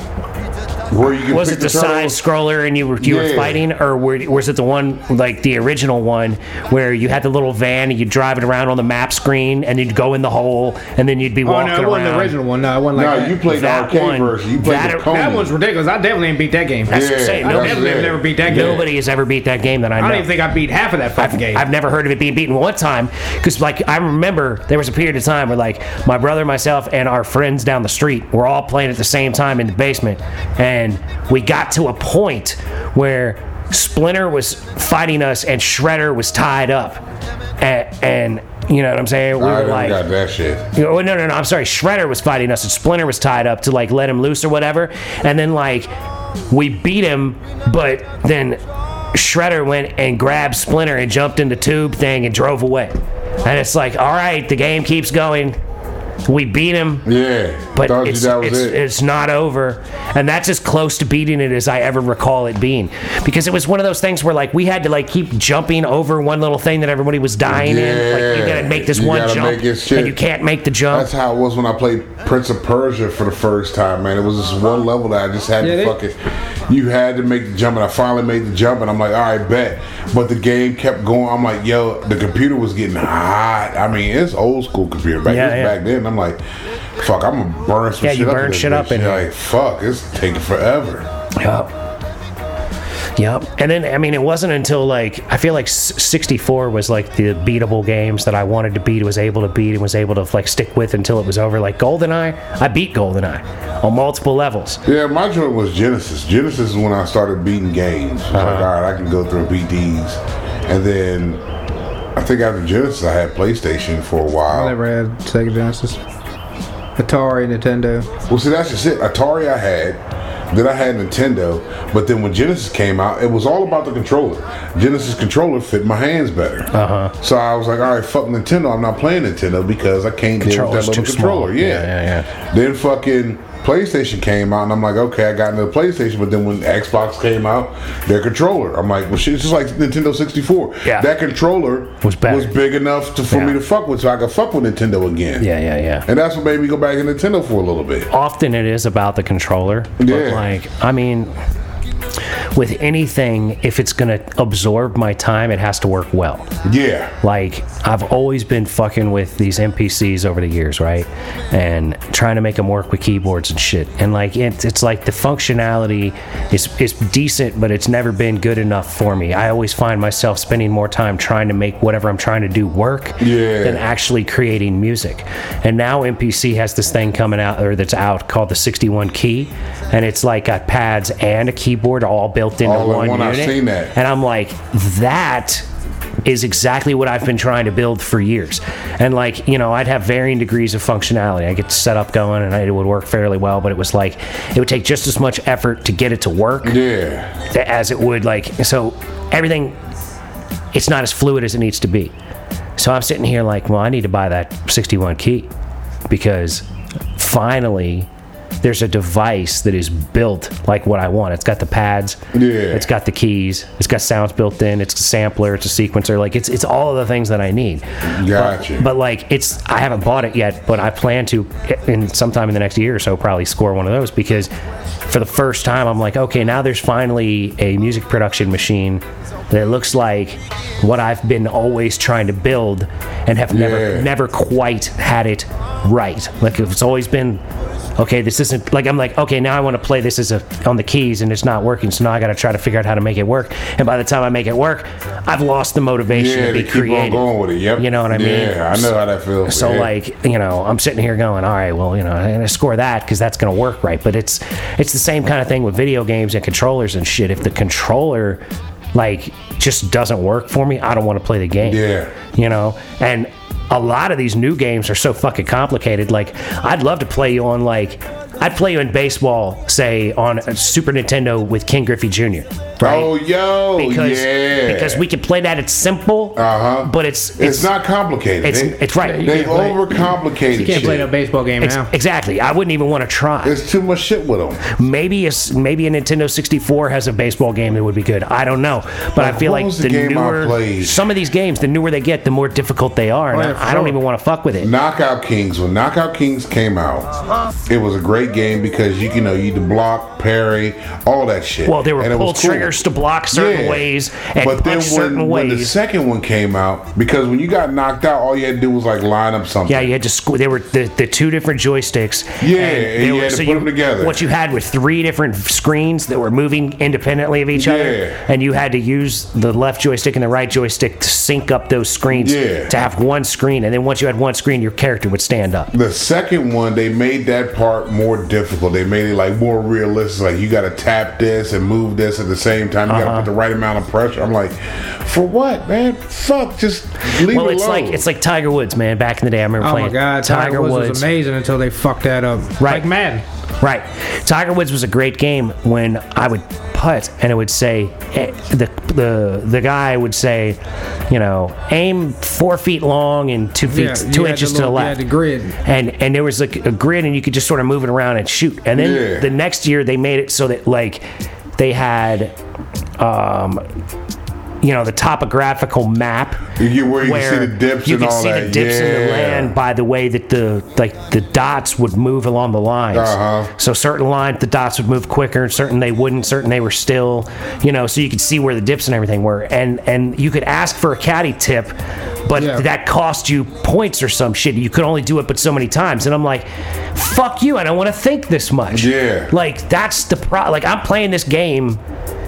where you could
was
pick
it the, side
turtle-
scroller and you were you were
Yeah.
fighting, or were, was it the one like the original one where you had the little van and you drive it around on the map screen and you'd go in the hole and then you'd be
Oh
walking
no, it wasn't
around?
the original one. No, it wasn't like
No,
that.
you played the
That
arcade
one-
version. You played
that-
the Conan.
that
that one's ridiculous. I definitely ain't beat that game.
That's what I'm saying.
that
No,
was
definitely
it.
never beat that game.
Nobody has ever beat that game that I know.
I don't even think I beat half of that fucking game.
I've never heard of it being beaten one time because, like, I remember there was a period of time where, like, my brother, myself, and our friends down the street were all playing at the same time in the basement, and we got to a point where Splinter was fighting us and Shredder was tied up, and, and you know what I'm saying? We
I
were
never
like,
got that shit.
you know, oh, no, no, no. I'm sorry. Shredder was fighting us, and Splinter was tied up to like let him loose or whatever. And then like we beat him, but then Shredder went and grabbed Splinter and jumped in the tube thing and drove away. And it's like, all right, the game keeps going. We beat him,
Yeah,
but
thought you
it's,
that was
it's,
it.
it's not over. And that's as close to beating it as I ever recall it being. Because it was one of those things where like we had to like keep jumping over one little thing that everybody was dying in. Like you
Yeah,
gotta make this
you
one
gotta
jump
make it shit.
and you can't make the jump.
That's how it
Uh-huh.
was when I played Prince of Persia for the first time, man. It was this one level that I just had
Yeah,
to
they-
fucking. You had to make the jump, and I finally made the jump, and I'm like, all right, bet. But the game kept going. I'm like, yo, the computer was getting hot. I mean, it's old school computer back,
Yeah,
this
yeah.
back then. I'm like, fuck, I'm gonna burn some
Yeah,
shit
you
up. in
burn
this
shit up
bitch.
in here.
Like, fuck, it's taking forever.
Yep. Yep. And then, I mean, it wasn't until like, I feel like s- 64 was like the beatable games that I wanted to beat, was able to beat, and was able to like stick with until it was over. Like GoldenEye, I beat GoldenEye on multiple levels.
Yeah, my joint was Genesis. Genesis is when I started beating games. I was like, all right, I can go through and beat these. And then I think after Genesis, I had PlayStation for a while.
I never had Sega Genesis, Atari, Nintendo.
Well, see, that's just it. Atari I had, then I had Nintendo, but then when Genesis came out, it was all about the controller. Genesis controller fit my hands better. Uh
Uh-huh.
huh. So I was like, all right, fuck Nintendo. I'm not playing Nintendo because I can't deal
Controller's
with that little
too small.
controller. Yeah.
Yeah, yeah,
Then fucking PlayStation came out, and I'm like, okay, I got into the PlayStation. But then when Xbox came out, their controller, I'm like, well, shit, it's just like Nintendo 64.
Yeah.
That controller
Was better.
was big enough to, for
Yeah.
me to fuck with, so I could fuck with Nintendo again.
Yeah, yeah, yeah.
And that's what made me go back to Nintendo for a little bit.
often it is about the controller. But
Yeah.
like, I mean, with anything, if it's gonna absorb my time, it has to work well.
Yeah.
Like, I've always been fucking with these NPCs over the years, right? And trying to make them work with keyboards and shit. And like, it, it's like the functionality is is decent, but it's never been good enough for me. I always find myself spending more time trying to make whatever I'm trying to do work
Yeah.
than actually creating music. And now MPC has this thing coming out or that's out called the 61 key, and it's like got pads and a keyboard all built into
All in
one,
one, I've
unit.
seen that.
And I'm like, that is exactly what I've been trying to build for years. And like, you know, I'd have varying degrees of functionality. I get set up going and it would work fairly well, but it was like it would take just as much effort to get it to work
Yeah.
th- as it would like so everything it's not as fluid as it needs to be so i'm sitting here like well i need to buy that 61 key because finally there's a device that is built like what i want it's got the pads
Yeah.
it's got the keys it's got sounds built in it's a sampler it's a sequencer like it's it's all of the things that i need
Gotcha.
but like it's i haven't bought it yet but i plan to in sometime in the next year or so probably score one of those because for the first time i'm like okay now there's finally a music production machine that looks like what i've been always trying to build and have never
Yeah.
never quite had it right like it's always been okay this isn't like i'm like okay now i want to play this as a on the keys and it's not working so now i got to try to figure out how to make it work and by the time i make it work i've lost the motivation
yeah,
to be
to keep on
creative
going with it. Yep.
you know what I mean?
Yeah, I know how that feels.
So
yeah.
like, you know, I'm sitting here going, all right, well, you know, I'm gonna score that because that's gonna work right. But it's it's the same kind of thing with video games and controllers and shit. If the controller like just doesn't work for me, I don't want to play the game.
Yeah.
You know? And a lot of these new games are so fucking complicated. Like, I'd love to play you on like I'd play you in baseball, say, on a Super Nintendo with Ken Griffey Jr. Right?
Oh yo,
because
yeah.
because we can play that. It's simple,
Uh-huh.
but it's it's,
it's, not complicated.
it's-
They-
it's right. You
They
can't play-
overcomplicated
You can't
shit.
play no baseball game
Ex-
now.
Exactly. I wouldn't even want to try.
There's too much shit with them.
maybe a s- maybe a Nintendo 64 has a baseball game that would be good. I don't know, but I feel
what
like
was
the,
the game I
newer
played?
some of these games, the newer they get, the more difficult they are, and
Oh, yeah,
I, I
for
don't
sure.
even want to fuck with it.
Knockout Kings. When Knockout Kings came out, it was a great game because you, you know you had to block, parry, all that shit.
Well, there were
And it was
pull
cool.
triggers to block certain
Yeah.
ways and
but then
punch certain
when, when
ways.
the second one came out, because when you got knocked out, all you had to do was like line up something.
yeah, you had to squ- They were the, the two different joysticks.
Yeah, and
they
you
were-
had to put 'em together.
What you had were three different screens that were moving independently of each
Yeah.
other, and you had to use the left joystick and the right joystick to sync up those screens
Yeah.
to have one screen. And then once you had one screen, your character would stand up.
The second one, they made that part more difficult. They made it like more realistic. Like you got to tap this and move this at the same time. You
Uh-huh.
got to put the right amount of pressure. I'm like, for what, man? Fuck, just leave
Well,
it
it's
alone.
like it's like Tiger Woods, man. Back in the day, I remember
Oh
playing
my God, Tiger, Woods, was amazing until they fucked that up.
Right.
Like Madden.
Right. Tiger Woods was a great game when I would putt and it would say eh, the the the guy would say, you know, aim four feet long and two feet
Yeah,
two
you had
inches
the
to the
little- you had
left.
the grid.
And and there was like a grid and you could just sort of move it around and shoot. And then
Yeah.
the next year they made it so that like they had um you know the topographical map
You get where you can see the dips
you
and
can
all
see the
that.
dips in
Yeah.
the land by the way that the like the dots would move along the lines.
Uh-huh.
So certain lines the dots would move quicker, certain they wouldn't, certain they were still, you know, so you could see where the dips and everything were. And and you could ask for a caddy tip, but
Yeah.
that cost you points or some shit. You could only do it but so many times. And I'm like, fuck you, I don't want to think this much.
Yeah.
Like that's the pro like I'm playing this game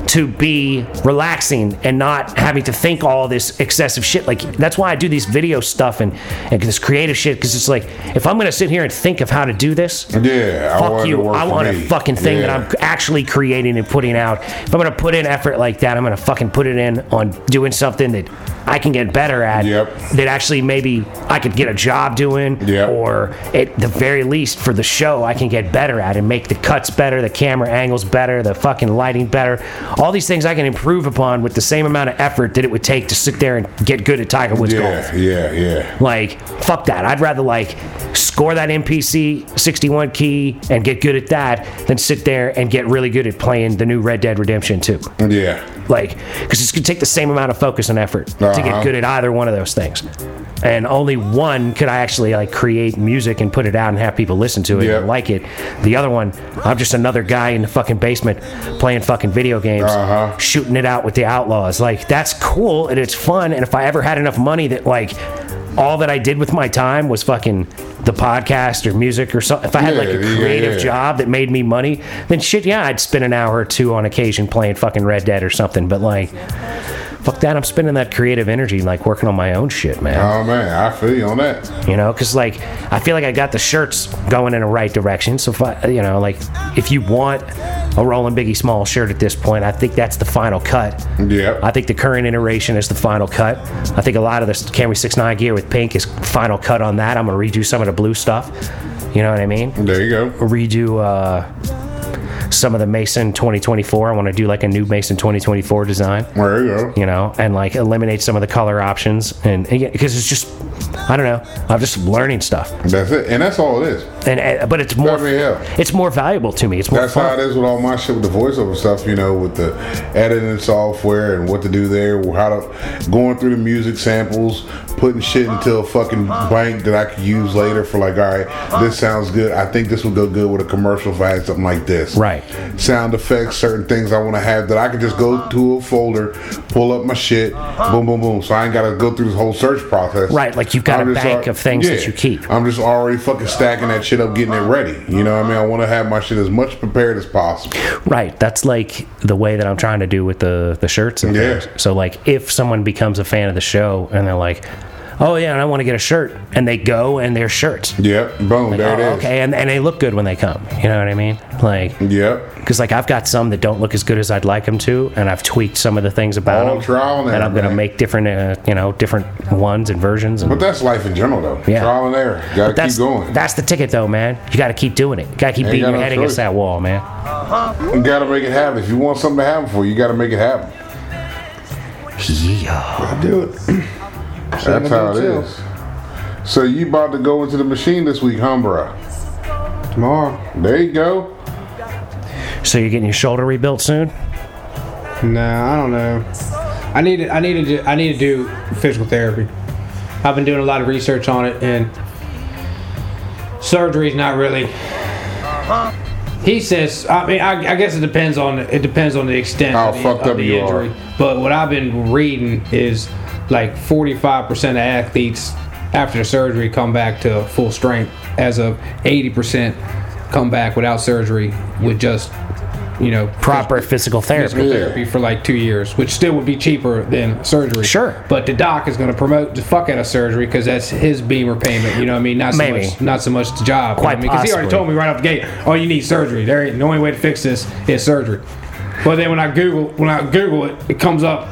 to be relaxing and not having to think all this excessive shit. Like that's why I do these video stuff and, and this creative shit because it's like if I'm gonna sit here and think of how to do this,
Yeah, I
fuck
want it to
you.
work
I
for
want a
me.
fucking thing
Yeah.
that I'm actually creating and putting out. If I'm gonna put in effort like that, I'm gonna fucking put it in on doing something that I can get better at.
Yep.
That actually maybe I could get a job doing.
Yep.
Or at the very least for the show, I can get better at and make the cuts better, the camera angles better, the fucking lighting better. All these things I can improve upon with the same amount of effort that it would take to sit there and get good at Tiger Woods golf.
Yeah, yeah, yeah.
Like, fuck that. I'd rather like score that NPC 61 key and get good at that than sit there and get really good at playing the new Red Dead Redemption 2.
Yeah.
Like, because it's gonna take the same amount of focus and effort to
Uh-huh.
get good at either one of those things. And only one could I actually like create music and put it out and have people listen to it
Yep.
and like it. The other one, I'm just another guy in the fucking basement playing fucking video games,
Uh-huh.
shooting it out with the outlaws. Like that's cool and it's fun. And if I ever had enough money that like all that I did with my time was fucking the podcast or music or something. If I had like a
Yeah, yeah,
creative
yeah.
job job that made me money, then shit, yeah, I'd spend an hour or two on occasion playing fucking Red Dead or something. But like, fuck that, I'm spending that creative energy like working on my own shit, man.
Oh man, I feel you on that.
You know, because like, I feel like I got the shirts going in the right direction. So if I, you know, like, if you want a Rolling Biggie Small shirt at this point, I think that's the final cut.
Yeah.
I think the current iteration is the final cut. I think a lot of this Camry 69 gear with pink is final cut on that. I'm gonna redo some of the blue stuff. You know what I mean?
there you go.
redo uh, some of the Mason 2024. I want to do like a new Mason 2024 design,
There you go.
you know, and like eliminate some of the color options. And because it's just, I don't know, I'm just learning stuff.
That's it. And that's all it is.
And, and but it's more,
I mean, yeah.
it's more valuable to me. It's more
That's how
fun.
it is with all my shit with the voiceover stuff, you know, with the editing software and what to do there, how to going through the music samples, putting shit into a fucking bank that I could use later for like, all right, this sounds good. I think this would go good with a commercial if I had something like this.
Right.
Sound effects, certain things I want to have that I can just go to a folder, pull up my shit, boom, boom, boom. So I ain't got to go through this whole search process.
Right, like you've got
I'm
a
just
bank
al-
of things that you keep.
I'm just already fucking stacking that shit up, getting it ready. You know what I mean? I want to have my shit as much prepared as possible.
Right. That's like the way that I'm trying to do with the the shirts. And
Yeah.
things. So like, if someone becomes a fan of the show and they're like, oh yeah, and I want to get a shirt, and they go and their shirts.
Yep. Boom. there
Oh,
it is.
okay, and, and they look good when they come. You know what I mean? Like,
Yep.
because like I've got some that don't look as good as I'd like them to, and I've tweaked some of the things about
All
them,
trial and error,
I'm gonna
man.
make different, uh, you know, different ones and versions. And
But that's life in general, though.
Yeah.
Trial and error. Got to
that's
keep going.
that's the ticket, though, man. You got to keep doing it. Got to keep
Ain't
beating
got
your
no
head
choice.
against that wall, man.
you got to make it happen. If you want something to happen for you, you got to make it happen.
Yeah.
I do it. [clears throat] that's how it
too.
is. So you about to go into the machine this week, huh, bro?
Tomorrow?
There you go.
So you're getting your shoulder rebuilt soon?
Nah, I don't know. I need to, I need to do, I need to do physical therapy. I've been doing a lot of research on it, and surgery's not really.
Uh-huh.
He says, I mean, I, I guess it depends on it depends on the extent
How
of the,
fucked
of
up
the
you are.
injury. But what I've been reading is like 45% of athletes after the surgery come back to full strength, as of 80% come back without surgery with just you know
Proper physical therapy.
physical
Yeah.
therapy for like two years, which still would be cheaper than surgery.
Sure.
but the doc is going to promote the fuck out of surgery because that's his beamer payment. You know what I mean? Not so
Maybe.
much, not so much the job.
Quite
because he already
possibly.
told me right off the gate, oh, you need surgery. There ain't the only way to fix this is surgery. But then when I Google, when I Google it, it comes up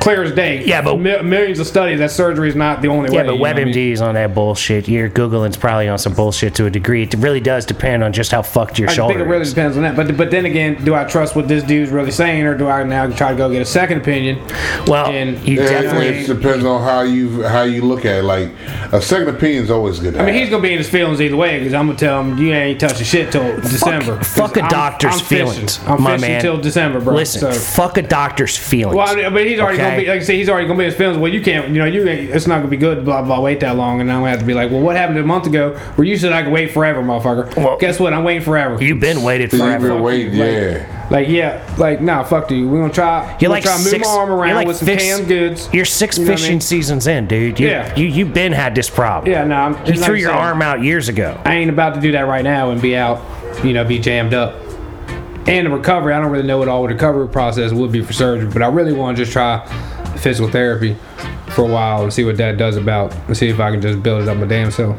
clear as day.
Yeah, but-
Mi- millions of studies that surgery is not the only
Yeah,
way.
but
you know what I mean?
WebMD is on that bullshit. Your Googling's probably on some bullshit to a degree. It really does depend on just how fucked your
I
shoulder
think it really
is.
depends on that, but but then again, do I trust what this dude's really saying, or do I now try to go get a second opinion?
Well,
And-
you
Yeah,
definitely
It depends on how you how you look at it. Like a second opinion's always good. to
I mean,
have.
he's gonna be in his feelings either way because I'm gonna tell him you ain't touching shit till December. 'Cause
Fuck a
I'm-
doctor's
I'm fishing.
feelings,
I'm
my
fishing
man.
till December, bro.
Listen,
so.
fuck a doctor's feelings.
well, I mean, but he's
okay?
already gonna gonna be like I said, he's already gonna be in his films. Well, you can't, you know, you ain't- it's not gonna be good. Blah blah. Wait that long, and I'm gonna have to be like, well, what happened a month ago where you said I could wait forever, motherfucker?
Well-
guess what? I'm waiting forever.
You've been waited
You've
forever.
been waiting,
Like-
yeah.
Like yeah, like nah, fuck you. We gonna try.
You're
we
like
try to move
six.
my arm
you're
around
like
with some
fix-
canned goods.
You're six
You know what I
fishing
mean?
seasons in, dude. You,
Yeah.
You you've been had this problem.
Yeah, nah. I'm,
You
like
threw
I'm
your
saying,
arm out years ago.
I ain't about to do that right now and be out, you know, be jammed up. And the recovery, I don't really know what all the recovery process would be for surgery, but I really want to just try physical therapy for a while and see what that does about, and see if I can just build it up my damn self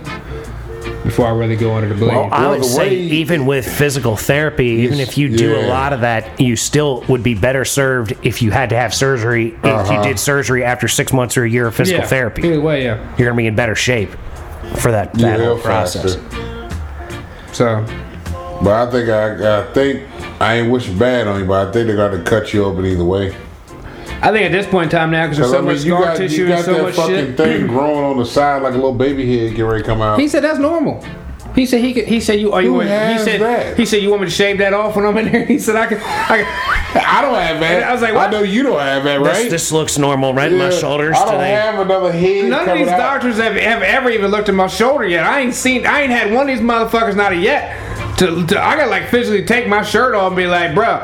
before I really go under the blade.
Well,
I
Well,
would
the
say
way-
even with physical therapy, even if you do a
yeah.
lot of that, you still would be better served if you had to have surgery. If you did surgery after six months or a year of physical
Uh-huh. yeah.
therapy,
Either way, yeah.
you're gonna be in better shape for that,
You
that
heal
whole process.
faster.
So,
But I think I, I think I ain't wishing bad on you, but I think they're gonna cut you open either way.
I think at this point in time now, because there's
'Cause,
so
I mean,
much
you
scar
got,
tissue
you got
and so
that
much
fucking
shit.
thing growing on the side like a little baby head getting ready to come out.
He said that's normal. He said he could, he said you are you
Who
want- he
has
said
that?
he said you want me to shave that off when I'm in there. [laughs] He said I can, I can
I don't have that.
I was like, what?
I know you don't have that,
This,
right?
this looks normal, right? My
Yeah.
shoulders
I don't
today.
have another head.
None of
coming
these
out.
doctors have, have ever even looked at my shoulder yet. I ain't seen, I ain't had one of these motherfuckers not yet. To, to I gotta like physically take my shirt off and be like, bruh,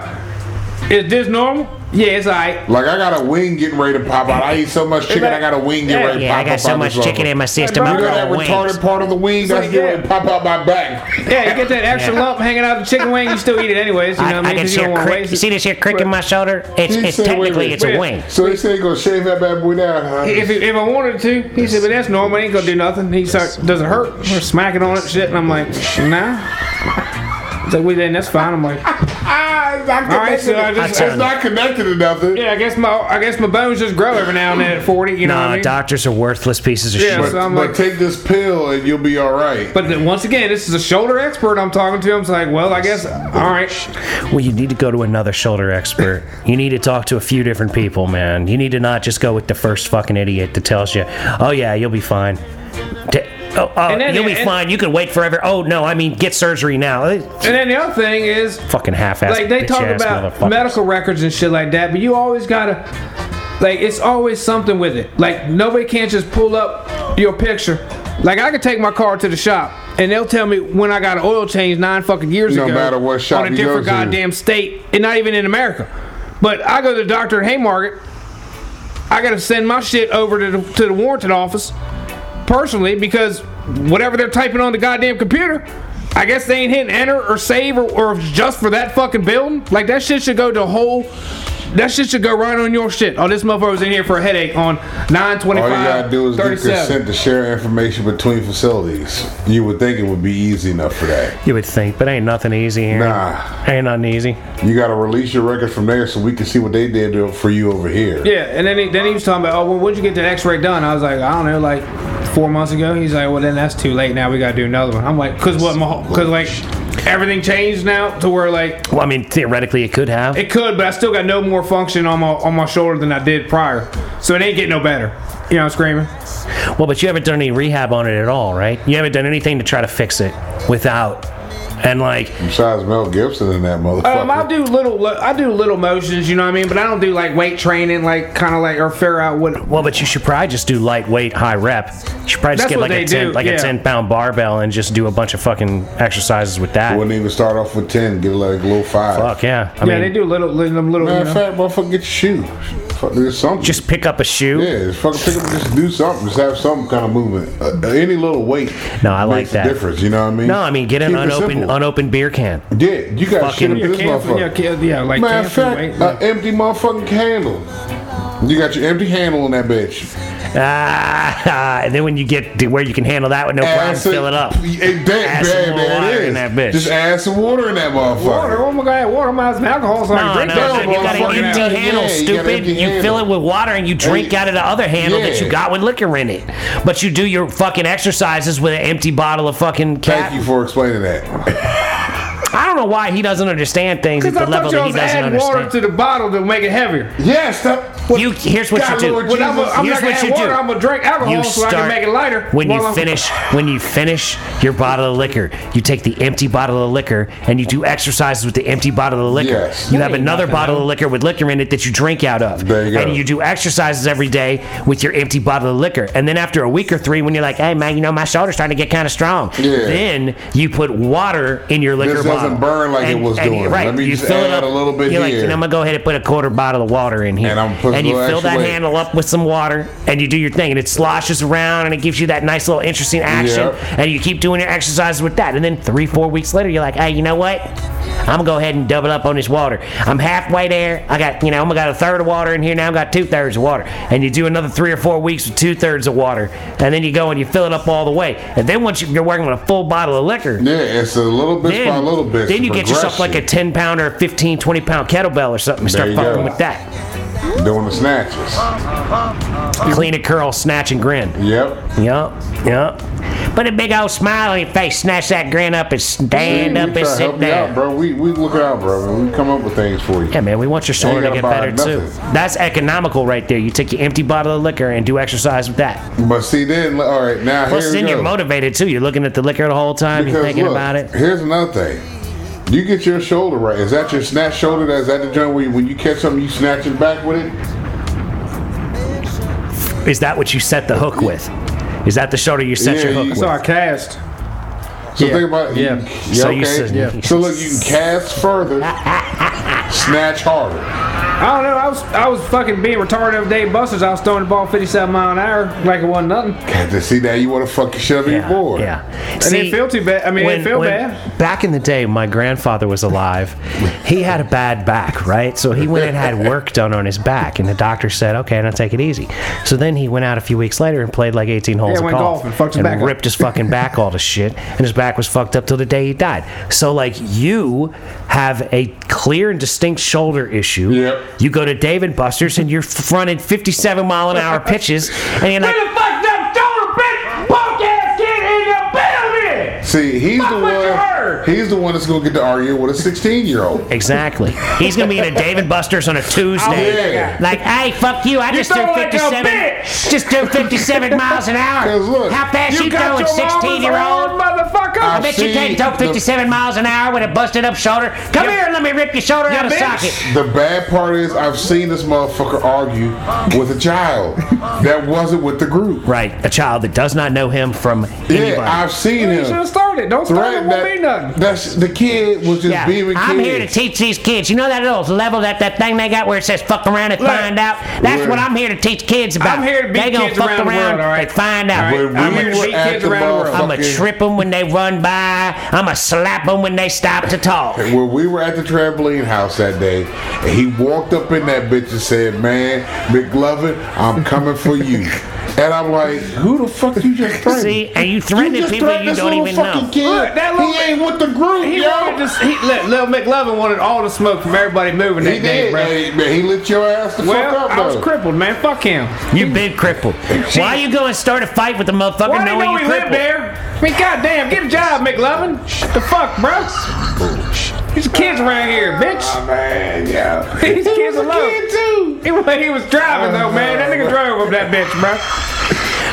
is this normal? Yeah, it's alright.
Like I got a wing getting ready to pop out. I eat so much chicken,
like-
I got a wing getting
Yeah,
ready to
yeah, I
pop
got
up
so
out
much
this
chicken
motherfucker.
in my system.
Hey,
I'm
You know
bro,
growing
that
wings.
retarded part of the wing that's
like,
getting
yeah.
ready to pop out my back.
Yeah, you get that extra lump hanging out of the chicken wing, you still eat it anyways. You know
I,
what
I
I mean?
can
'Cause
see
you
a
don't want
crick. You see this here crick in my shoulder? It's,
He
it's
said, wait,
technically
wait,
it's a
wait.
wing.
So they say they gonna shave that bad boy down, huh?
If, if I wanted to, he said, but that's normal. It ain't gonna do nothing. He start doesn't hurt. We're smacking on it, and shit, and I'm like, nah. He's like, well, then that's fine. I'm like,
ah, it's not
right,
connected.
so I just-
it's not connected to nothing.
yeah, I guess my I guess my bones just grow every now and then at 40. You know what I
Nah,
mean?
doctors are worthless pieces of
Yeah,
shit.
But,
so I'm
but
like-
take this pill and you'll be all right.
But then, once again, this is a shoulder expert I'm talking to. I'm like, well, I guess, all right.
Well, you need to go to another shoulder expert. You need to talk to a few different people, man. You need to not just go with the first fucking idiot that tells you, "Oh yeah, you'll be fine." T- oh, oh,
And then-
you'll be
and-
fine. You could wait forever. Oh no, I mean get surgery now. Eh,
And then the other thing is,
Fucking half-ass.
like, they talk
bitch-ass
about
motherfuckers.
medical records and shit like that, but you always gotta, like, it's always something with it. Like, nobody can't just pull up your picture. Like, I could take my car to the shop. And they'll tell me when I got an oil change nine fucking years
No
ago.
matter what shop
on a
you go
different
to.
goddamn state, and not even in America. But I go to the doctor in Haymarket. I gotta send my shit over to the, to the warranted office personally because whatever they're typing on the goddamn computer, I guess they ain't hitting enter or save or, or just for that fucking building. Like that shit should go to whole. That shit should go right on your shit. Oh, this motherfucker was in here for a headache on nine twenty
All you gotta
five
do is
thirty
get consent
seven.
to share information between facilities. You would think it would be easy enough for that.
You would think, but ain't nothing easy here.
Nah.
ain't nothing easy.
You gotta release your record from there so we can see what they did to- for you over here.
Yeah, and then he, then he was talking about, oh, well, when'd you get that X ray done? I was like, I don't know, like four months ago. He's like, well, then that's too late. Now we gotta do another one. I'm like, cause what? Because like everything changed now to where like
Well, I mean theoretically it could have.
It could, but I still got no more function on my on my shoulder than I did prior. So it ain't getting no better. You know what I'm screaming?
Well, but you haven't done any rehab on it at all, right? You haven't done anything to try to fix it without. And like,
Besides Mel Gibson and that motherfucker.
Um, I do little I do little motions, you know what I mean? But I don't do like weight training, like kind of like or figure out what.
well, but you should probably just do lightweight, high rep. You should probably just get
That's
like
what
a
they
ten,
do,
like a
yeah.
ten pound barbell and just do a bunch of fucking exercises with that.
Wouldn't even start off with 10, get like a little 5.
Fuck yeah! I
yeah,
mean,
they do little little them little. You
Matter of
know?
fact, motherfucker, get your shoe. Fuck, there's something.
just pick up a shoe.
yeah, just fucking pick up, just do something. Just have some kind of movement. Uh, any little weight.
No, I like
makes a
that.
difference. You know what I mean?
No, I mean get an
Keep it
unopened
simple.
unopened beer can.
yeah, you got
Fucking-
shit up
Yeah,
in this
Can for-
motherfucker.
yeah, can- yeah, like
Matter
can
of
for
fact, uh,
weight.
an empty motherfucking handle. You got your empty handle on that bitch.
Ah, [laughs] and then when you get to where you can handle that with no problem,
Add some-
fill it up.
Ain't that
Add some
bad,
more
man, it
water
is.
in that bitch.
Just add some water in that motherfucker.
water. Oh my god, water. My alcohol, so I
No,
can drink
no,
that.
no,
shit.
you got
motherfucker.
an empty
Yeah,
handle,
you got an
stupid.
empty
You fill it
handle.
with water and you drink
Hey,
out of the other handle that you
yeah.
got with liquor in it. But you do your fucking exercises with an empty bottle of fucking cat.
Thank you for explaining that.
I don't know why he doesn't understand things at
Because
the
I thought
level that
y'all
he
was
doesn't
adding water
understand.
to the bottle to make it heavier.
Yes, that.
you here's what
God,
you do.
Lord
But I'm, a,
Jesus.
I'm
Here's
not
what
gonna add
you
water.
do.
I'm gonna drink alcohol
you
so I
start
can make it lighter.
when
while
you
I'm- [laughs]
finish when you finish your bottle of liquor. You take the empty bottle of liquor and you do exercises with the empty bottle of liquor.
Yes.
You
That
have
ain't
another
nothing,
bottle of liquor with liquor in it that you drink out of.
There you go.
And you do exercises every day with your empty bottle of liquor. And then after a week or three, when you're like, hey man, you know my shoulder's starting to get kind of strong,
Yeah.
then you put water in your liquor
This
bottle.
doesn't burn like it was doing.
Right.
Let me
you
just
fill it up
add a little bit
You're like,
here.
"You know, I'm gonna go ahead and put a quarter bottle of water in here,
And I'm putting a
you
little
fill
extra
that
weight.
handle up with some water, and you do your thing, and it sloshes around, and it gives you that nice little interesting action,
Yep.
and you keep doing your exercises with that, and then three, four weeks later, you're like, hey, you know what? I'm gonna go ahead and double up on this water. I'm halfway there. I got, you know, I'm got a third of water in here now. I've got two thirds of water, and you do another three or four weeks with two thirds of water, and then you go and you fill it up all the way, and then once you- you're working with a full bottle of liquor,
Yeah, it's a little bit
then,
by little bit.
then you get yourself like a 10 pound or 15, 20 pound kettlebell or something and
There
start
you
fucking
go.
with that.
a doing
[gasps]
the snatches.
Clean and curl, snatch and grin.
Yep.
Yup, yup. Put a big old smile on your face, snatch that grin up and stand
See,
up
we try
and
to help
sit
you out,
down.
bro. We we look out, bro. We come up with things for you.
Yeah, man, we want your shoulder to
Ain't
get
gotta
better
buy
too.
nothing.
That's economical right there. You take your empty bottle of liquor and do exercise with that.
But see, then all right, now
Plus,
here
then
we go.
you're motivated too. You're looking at the liquor the whole time, you're
Because
thinking
look,
about it.
Here's another thing. You get your shoulder right. Is that your snatch shoulder? Is that the joint where you, when you catch something, you snatch it back with it?
Is that what you set the hook with? Is that the shoulder you set
Yeah,
your hook
you-
with?
So I cast.
So
Yeah.
think about it.
Yeah.
So
okay.
you said- Yeah.
So look, you can cast
[laughs]
further, snatch harder.
I don't know. I was I was fucking being retarded every day. in Busters. I was throwing the ball 57 mile an hour like it wasn't nothing.
Got to see that you want to fuck your shit up
Yeah,
your board.
Yeah.
didn't feel too bad- I mean, it didn't feel bad.
Back in the day, my grandfather was alive. He had a bad back, right? So he went and had work done on his back, and the doctor said, "Okay, now take it easy." So then he went out a few weeks later and played like 18 holes
Yeah,
of
went
golf
golfing, fucked his back up.
ripped his fucking back all to shit, and his back was fucked up till the day he died. So like, you have a clear and distinct shoulder issue.
Yep.
You go to Dave and Buster's and you're fronting 57 mile an hour pitches, and you're like.
fuck that shoulder bitch punk ass kid in your building?
See, he's the
Fuck what you
one.
heard.
He's the one that's gonna get to argue with a 16 year old.
Exactly. He's gonna be in a Dave and Buster's on a
Oh,
Tuesday.
Yeah.
Like, hey, fuck you! I just
throw
threw
like a
fifty-seven,
bitch.
just threw fifty-seven miles an hour.
'Cause look,
How fast you,
You got
throwing,
your
sixteen-year-old?
sixteen-year-old motherfucker.
I
I've
bet you
seen
can't throw
the-
fifty-seven miles an hour with a busted up shoulder. Come
Yeah.
here and let me rip your shoulder
Yeah,
out of
bitch.
socket.
The bad part is I've seen this motherfucker argue with a child that wasn't with the group.
Right, a child that does not know him from anybody.
Yeah, I've seen
You should
him.
have started. Don't start. It
Threaten
won't mean
that,
nothing.
that's the kid was just
Yeah,
beaming
I'm here to
kids.
teach these kids. You know that little level that that thing they got where it says "fuck around and
Look,
find out." That's
we're-
what I'm here to teach kids about.
I'm here to beat
they gonna
kids
fuck
around the world, all right?
and find out.
All right,
When
I'm
we
gonna
were
beat
at
kids
the
around the world.
I'ma
motherfucking-
trip them when they run by. I'ma slap them when they stop to talk.
When we were at the trampoline house that day, and he walked up in that bitch and said, "Man, McLovin, I'm coming for
[laughs]
you." And I'm like, "Who the fuck you just threatened?"
See, and you threatening
just
people
threatened
you
this
don't
little
even
fucking
know.
Kid.
Look, that little-
he ain't with the group,
He
yo.
wanted to. He, look, Lil McLovin wanted all the smoke from everybody moving
he
that day,
did,
bro.
Hey, man. He lit your ass the
Well,
fuck up,
I was
though.
crippled, man. Fuck him.
You've been crippled. Why you go and start a fight with a motherfucker
Why do you
knowing
know
you're
he lived
crippled?
there? I mean, goddamn, get a job, McLovin. Shut the fuck, bro. These kids around here, bitch.
Oh, man, yeah.
These kids
was a
alone.
kid, Oh, too.
He, was- he was driving though, man. That nigga drove up that bitch, bro.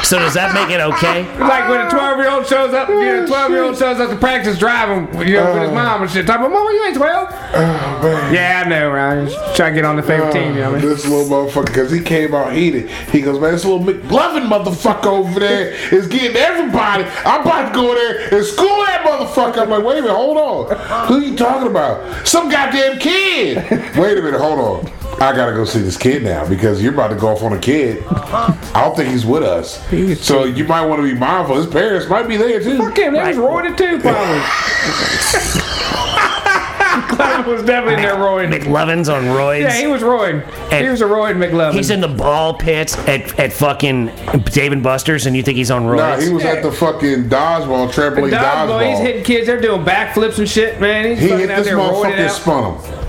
So does that make it
[laughs]
okay?
It's like when a 12 year old shows up, you know,
Oh,
12 year old shows up to practice driving you know, with his mom and shit. Talking about, Mama, you ain't 12.
Oh, man.
Yeah, I know, Ryan. Just Try to get on the
Oh.
15, you know what I mean?
This little motherfucker, because he came out heated. He goes, man, this little McLovin motherfucker over there is getting everybody. I'm about to go there and school that motherfucker. I'm like, wait a minute, hold on. Who you talking about? Some goddamn kid.
[laughs]
wait a minute, hold on. I gotta go see this kid now because you're about to go off on a kid. I don't think he's with us. So you might want to be mindful. His parents might be there too.
Fuck him, that was roided too, [laughs] probably. Clyde was definitely there roiding.
McLovin's on roids.
Yeah, he was roiding. He
And-
was a roid McLovin.
He's in the ball pits at, at fucking Dave and Buster's, and you think he's on
Nah,
roids?
he was at the fucking dodgeball trampoline
Dodgeball,
dodgeball.
he's hitting kids. They're doing backflips and shit, man. He's
he
fucking
hit
out
this
there roiding
motherfucker
out.
spun him.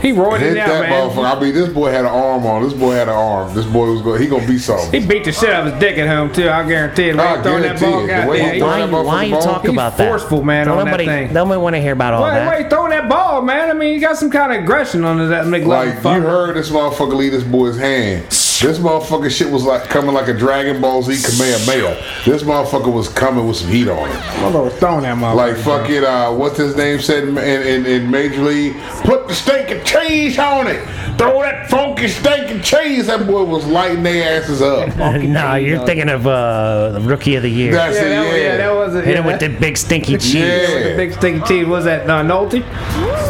He roared
Hit
it out,
that
man.
motherfucker. I mean, this boy had an arm on. This boy had an arm. This boy was going. He gonna be something.
He beat the shit out of his dick at home too. I guarantee it.
I
Right, throwing that
guarantee
ball,
it. Oh, The
out
way he
there.
throw
Why
Why,
that motherfucker
why you
ball?
talk
He's
about that?
forceful, man,
Don't
on that
nobody,
thing.
Don't want to hear about all that.
why you throwing that ball, man? I mean, you got some kind of aggression under that big
Like
like,
you heard this motherfucker leave this boy's hand. This motherfucker shit was like coming like a Dragon Ball Z Kamehameha. This motherfucker was coming with some heat on it.
Mother was throwing that motherfucker.
Like fucking uh, what's his name said in, in, in Major League? Put the steak and cheese on it. Throw that funky steak and cheese. That boy was lighting their asses up.
[laughs] no, you're thinking of uh, the rookie of the year.
That's
yeah,
it.
that, yeah, that was it.
Hit
Yeah,
him with the big stinky cheese.
Yeah.
the big stinky teeth. What Was that uh, Nolte?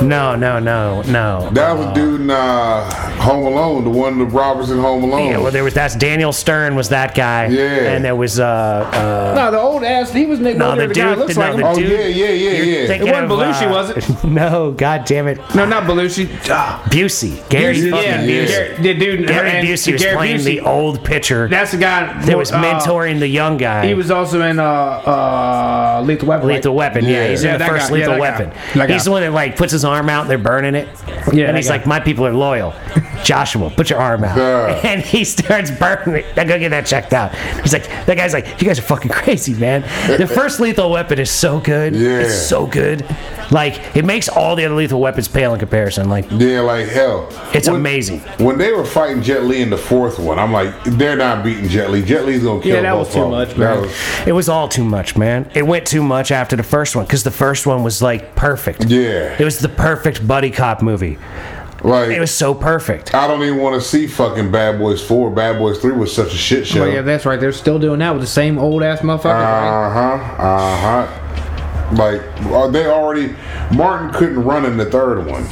No, no, no, no.
That was dude in uh, Home Alone, the one of the robbers in Home Alone.
Yeah, well, there was that's Daniel Stern was that guy.
Oh. Yeah.
and there was uh, uh
No, the old ass. He was Nick
no
Nolte.
the
The guy
dude,
looks
no,
like
the
him.
Oh,
dude.
yeah, yeah, yeah,
you're
yeah. It
thinking
wasn't
of,
Belushi,
uh,
was
[laughs]
it?
No, god damn it,
No, not Belushi. Ah,
Busey, Gary
Busey,
fucking
yeah,
Busey.
Gary- the dude.
Gary
and
Busey was
Gary
playing
Busey.
the old pitcher
That's the guy
that was
uh,
mentoring the young guy.
He was also in uh, uh, Lethal Weapon. right?
Lethal Weapon. Yeah,
Yeah.
he's
Yeah,
in the
that
first
guy. Yeah,
Lethal
that guy.
Weapon.
That guy.
He's the one that like puts his arm out and they're burning it.
Yeah,
and
that
he's
guy.
like, "My people are loyal." Joshua, put your arm out,
Yeah.
[laughs] and he starts burning it. I go get that checked out. He's like, that guy's like, "You guys are fucking crazy, man."
[laughs]
The first Lethal Weapon is so good.
Yeah.
It's so good. Like it makes all the other Lethal Weapons pale in comparison. Like
Yeah, like hell.
It's amazing.
When they were fighting Jet Li in the fourth one, I'm like, they're not beating Jet Li. Jet Li's gonna kill
Yeah, that
both
was too
of them.
much,
That
man.
was-
it was all too much, man. It went too much after the first one because the first one was like perfect.
Yeah.
It was the perfect buddy cop movie.
like,
It was so perfect.
I don't even want to see fucking Bad Boys Four. Bad Boys Three was such a shit show.
Oh, yeah, that's right. They're still doing that with the same old ass motherfucker. right?
Uh huh. Uh huh. Like uh, they already, Martin couldn't run in the third one.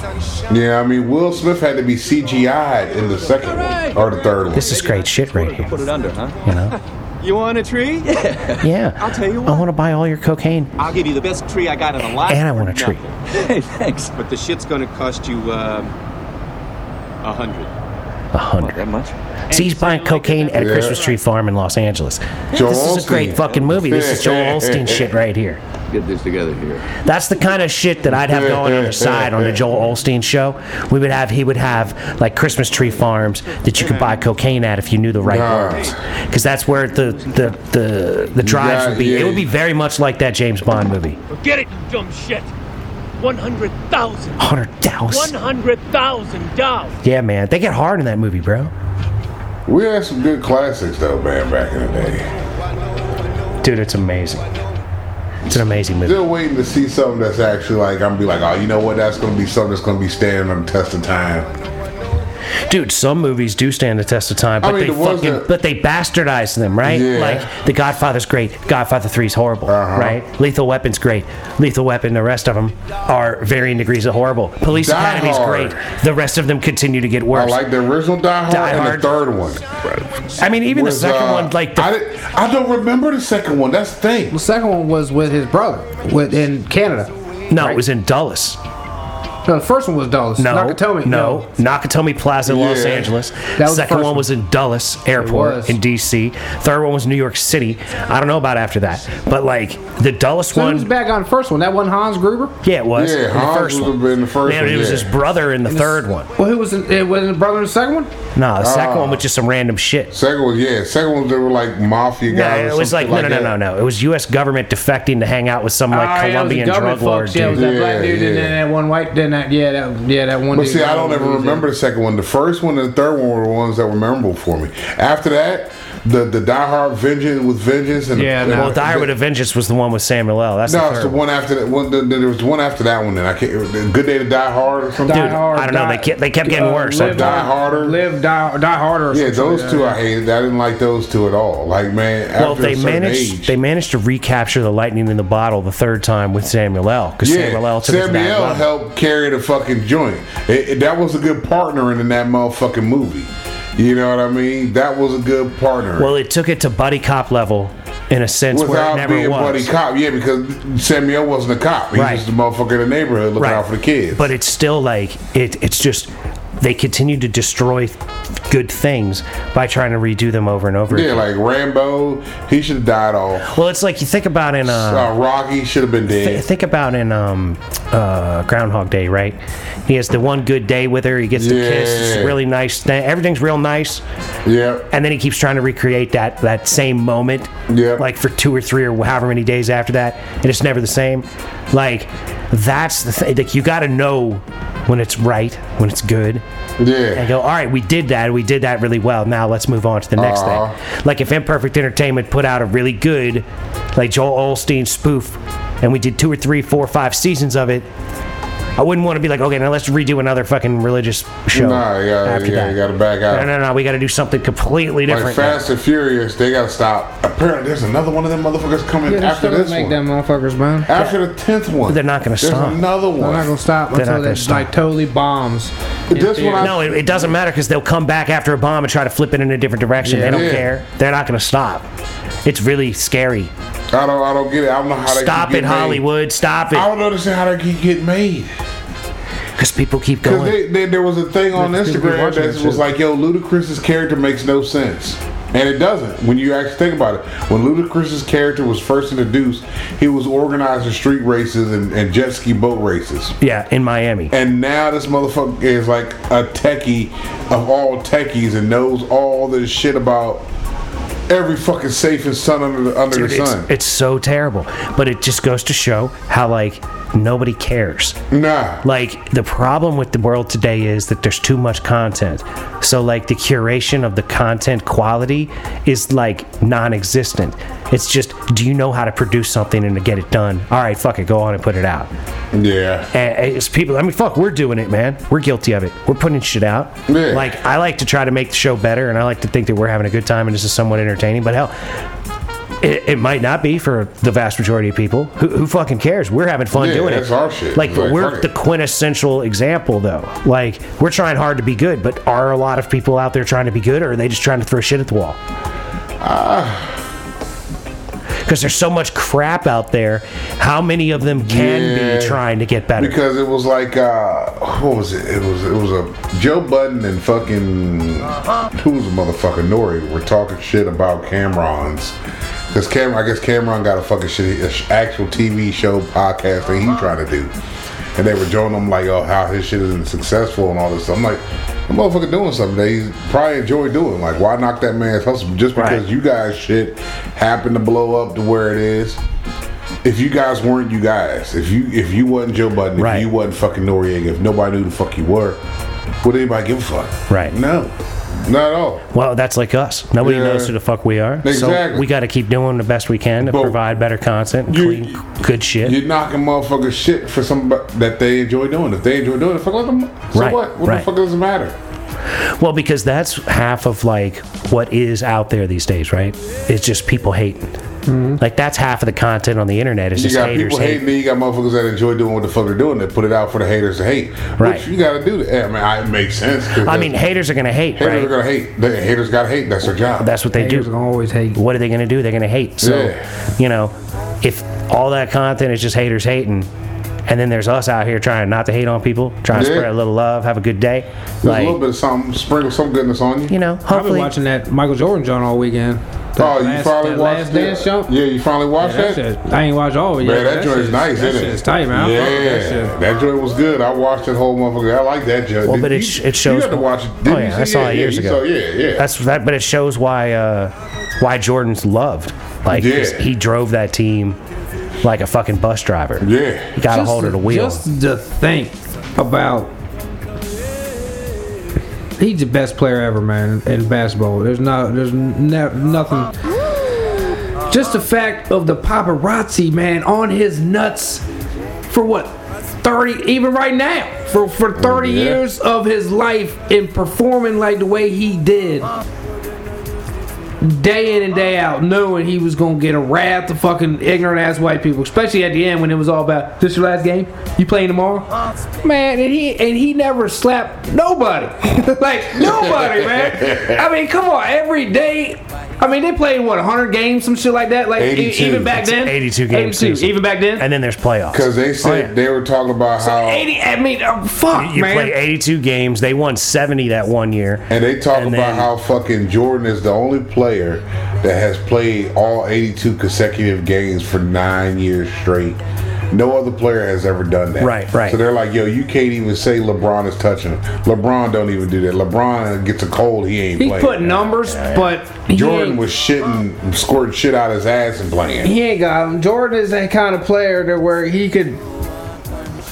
Yeah, I mean Will Smith had to be CGI'd in the second one or the third one.
This is great shit right here.
Put it under, huh?
You
[laughs]
know?
You want a tree?
Yeah.
I'll tell you what.
I want to buy all your cocaine,
I'll give you the best tree I got in a lot.
and I want a tree.
[laughs] Hey, thanks. But the shit's gonna cost you um, a hundred.
A hundred.
That much?
So he's buying cocaine at a
Yeah.
Christmas tree farm in Los Angeles.
Joel
this is a great
Osteen.
fucking movie. This is Joel
[laughs]
Olstein shit right here.
Get this together here.
That's the kind of shit that I'd have going on the side on the Joel Olstein show. We would have he would have like Christmas tree farms that you could buy cocaine at if you knew the right
Nah.
words, because that's where the the the, the drives
got-
would be.
yeah,
it would be
you-
very much like that James Bond movie.
Get it, you dumb shit. 100,000.
Hundred thousand.
$100,000.
Yeah, man, they get hard in that movie, bro.
We had some good classics though, man, back in the day.
Dude, it's amazing. It's an amazing movie.
Still waiting to see something that's actually like I'm gonna be like, oh, you know what? That's gonna be something that's gonna be standing on the test of time.
Dude, some movies do stand the test of time,
I
but
mean,
they
the ones
fucking
that-
but they bastardize them, right?
Yeah.
Like The Godfather's great, Godfather 3's horrible,
Uh-huh.
right? Lethal Weapon's great, Lethal Weapon, the rest of them are varying degrees of horrible. Police
Die
Academy's
Hard.
great, the rest of them continue to get
I
worse. I,
like the original Die Hard
Die
and
Hard.
the third one.
mean, even
Was,
the second
uh,
one, like the
I, did, I don't remember the second one. That's the thing.
The second one was with his brother with in Canada.
no, it was in Dulles.
No, the first one was Dulles.
No,
Nakatomi.
No, Nakatomi Plaza, in Los
Yeah.
Angeles.
That was the
Second one
first one.
was in Dulles Airport
was.
in D.C. Third one was New York City. I don't know about after that, but like the Dulles
So who's
one,
back on the first one? That one Hans Gruber.
yeah, it was.
Yeah,
in the
Hans
first
was
one.
in the first
Yeah,
one,
it was
yeah.
his brother in the third one.
Well, who was in, it? Was the brother in the second one? Ah,
No, the second
Ah.
one was just some random shit.
Second one, yeah. Second one, they were like mafia
No,
guys.
it
or
was like,
something
no, no, no, no,
that.
no. It was U.S. government defecting to hang out with some like
Ah, yeah, it was the
Colombian
government
drug lord
folks. Yeah, it was
dude.
that black
Yeah,
dude and
yeah.
then that one white. Then that yeah, that yeah, that one.
But
dude
see, I don't ever remember the second one. The first one and the third one were the ones that were memorable for me. After that, the the Die Hard Vengeance with Vengeance and
Yeah,
the,
no.
Well, Dire with a Vengeance was the one with Samuel L. That's
No,
the
it's
third.
the
one.
one after that. One, the, there was one after that one. Then I can't. Good Day to Die Hard or something.
Dude,
Die Hard,
I don't know.
Die-
they kept they kept getting
uh,
worse.
Live,
Die Harder.
Live die, die harder. or uh,
yeah,
something
those
like
two
that.
I hated. I didn't like those two at all. Like man,
Well,
after
they
a certain
managed
age,
they managed to recapture the lightning in the bottle the third time with Samuel L. Because
yeah,
Samuel L. took it to
Samuel
that
L.
level.
helped carry the fucking joint. It, it- that was a good partnering in that motherfucking movie. You know what I mean? That was a good partner.
Well, it took it to buddy cop level in a sense where it
Without
never
being
was.
buddy cop, yeah, because Samuel wasn't a cop. He
Right.
was the motherfucker in the neighborhood looking
Right.
out for the kids.
But it's still like it. It's just they continue to destroy good things by trying to redo them over and over.
Yeah, like Rambo, he should have died off.
Well, it's like you think about in uh,
Uh, Rocky should have been
th-
dead.
think about in um, uh, Groundhog Day, right? He has the one good day with her. He gets to kiss.
Yeah.
It's really nice. Th- Everything's real nice,
Yep.
and then he keeps trying to recreate that that same moment.
Yeah.
Like for two or three or however many days after that, and it's never the same. Like that's the thing. Like you got to know when it's right, when it's good,
Yeah.
and go, all right, we did that. We did that really well. Now let's move on to the next
Aw.
thing. Like if Imperfect Entertainment put out a really good, like Joel Olstein spoof, and we did two or three, four, five seasons of it, I wouldn't want to be like, okay, now let's redo another fucking religious show.
Nah, you gotta-
after
yeah,
that.
you gotta back out.
No, no, no. We got to do something completely
Like
different. now.
Fast and Furious, they gotta stop. Apparently, there's another one of them motherfuckers coming
Yeah, they're
after
still gonna
this
make them
one.
motherfuckers, man.
After the tenth one,
They're not gonna
There's
stop.
Another one.
They're not gonna stop
They're not
until
gonna
they
stop.
like totally bombs. in
This one,
theaters.
I,
No, it, it doesn't matter because they'll come back after a bomb and try to flip it in a different direction. they don't
Yeah.
care. They're not going to stop. It's really scary.
I don't, I don't get it. I don't know how they
Stop
keep
it,
getting Made.
Hollywood. Stop
I
it.
don't understand how they keep getting made.
Because people keep
Because
going.
they, they, there was a thing on
Let's keep
Instagram
watching
that
this
was
shit.
like, "Yo, Ludacris's character makes no sense," and it doesn't. When you actually think about it, when Ludacris's character was first introduced, he was organizing street races and, and jet ski boat races.
Yeah, in Miami.
And now this motherfucker is like a techie of all techies and knows all this shit about every fucking safe and sun under the, under
Dude,
the
it's,
sun.
it's so terrible. But it just goes to show how, like, nobody cares.
nah.
Like, the problem with the world today is that there's too much content. So, like, the curation of the content quality is, like, non existent. It's just, do you know how to produce something and to get it done? All right, fuck it, go on and put it out.
yeah.
And it's people. I mean, fuck, we're doing it, man. We're guilty of it. We're putting shit out.
Yeah.
Like I like to try to make the show better, and I like to think that we're having a good time and this is somewhat entertaining. But hell, it, it might not be for the vast majority of people. Who, who fucking cares? We're having fun
Yeah,
doing
that's
it.
our shit.
Like,
Like, fuck
we're
it.
the quintessential example, though. Like we're trying hard to be good, but are a lot of people out there trying to be good, or are they just trying to throw shit at the wall?
Ah.
Because there's so much crap out there. How many of them can
Yeah.
be trying to get better?
Because it was like, uh, what was it? It was it was a Joe Budden and fucking who was a motherfucker Nori were talking shit about Cameron's. Cause Cameron, I guess Cameron got a fucking shit, a sh- actual TV show podcast that he's trying to do, and they were joining him like, oh, how his shit isn't successful and all this. stuff. I'm like, the motherfucker doing something that he's probably enjoy doing. Like, why knock that man's hustle just because
Right.
you guys shit happened to blow up to where it is? if you guys weren't you guys, if you if you wasn't Joe Budden,
Right.
if you wasn't fucking Noriega, if nobody knew who the fuck you were, would anybody give a fuck?
Right.
No. Not at all.
Well, that's like us. Nobody
Yeah.
knows who the fuck we are. So
Exactly.
we got to keep doing the best we can to
But
provide better content,
you-
clean, good shit.
You're knocking motherfuckers shit for somebody that they enjoy doing. If they enjoy doing it, fuck let them. So
Right,
what? What
right.
the fuck does it matter?
well, because that's half of like what is out there these days, right? It's just people hating. Like that's half of the content on the internet. It's
Mm-hmm. You
just
got
haters
people hating,
hating.
then you got motherfuckers that enjoy doing what the fuck they're doing. They put it out for the haters to hate.
Right.
Which you got to do that. I mean, I, it makes sense. 'cause
I
that's-
mean, haters are gonna hate,
haters
right?
are gonna hate. The haters got to hate. That's their job.
that's what they
Haters
do.
gonna always hate.
What are they gonna do? They're gonna hate. So,
Yeah.
you know, if all that content is just haters hating. And then there's us out here trying not to hate on people, trying to
Yeah.
spread a little love, have a good day.
There's a
like,
little bit of something, sprinkle some goodness on you.
you know,
I've been
hopefully.
watching that Michael Jordan John all weekend. The
Oh, you
last-
finally
that
watched
last
that?
dance show.
Yeah, you finally watched
That
that.
shit, I ain't watched all of it yet.
Man, that, joint's
shit's-
nice,
that
isn't
shit's
it?
tight, man. I fuck with that shit.
Yeah, that joint was good. I watched that whole motherfucker. I like that joint.
Well,
Did
but it
you-
sh- it shows-
You had to watch it.
Oh,
didn't
yeah,
you?
I saw it
yeah,
years
you
ago.
saw- yeah, yeah.
That's that, but it shows why uh, why Jordan's loved. Like
Yeah.
he's- he drove that team like a fucking bus driver.
yeah.
He got a hold of the wheel.
Just to think about. He's the best player ever, man, in basketball. There's not, there's ne- nothing. Just the fact of the paparazzi, man, on his nuts for what thirty, even right now, for for thirty
Yeah.
years of his life and performing like the way he did, day in and day out, knowing he was gonna get a wrath to fucking ignorant ass white people, especially at the end when it was all about this your last game, you playing tomorrow, man, and he and he never [laughs] slapped nobody, like nobody, man. I mean, come on, every day
I mean, they played what 100 games, some shit like that. Like e-
82.
even back
It's
then,
82 game season.
Even back then,
And then there's playoffs.
Because they said
Oh, yeah.
they were talking about how
80. I mean,
oh,
uh, fuck,
you
man.
play 82 games. They won 70 that one year.
And they talk
And
about
then-
how fucking Jordan is the only player that has played all 82 consecutive games for nine years straight. No other player has ever done that.
Right, right.
So they're like, yo, you can't even say LeBron is touching him. LeBron don't even do that. LeBron gets a cold, he ain't
he
playing.
put numbers, but he
Jordan
ain't-
was shitting, squirting shit out his ass and playing.
He ain't got him. Jordan is that kind of player that where he could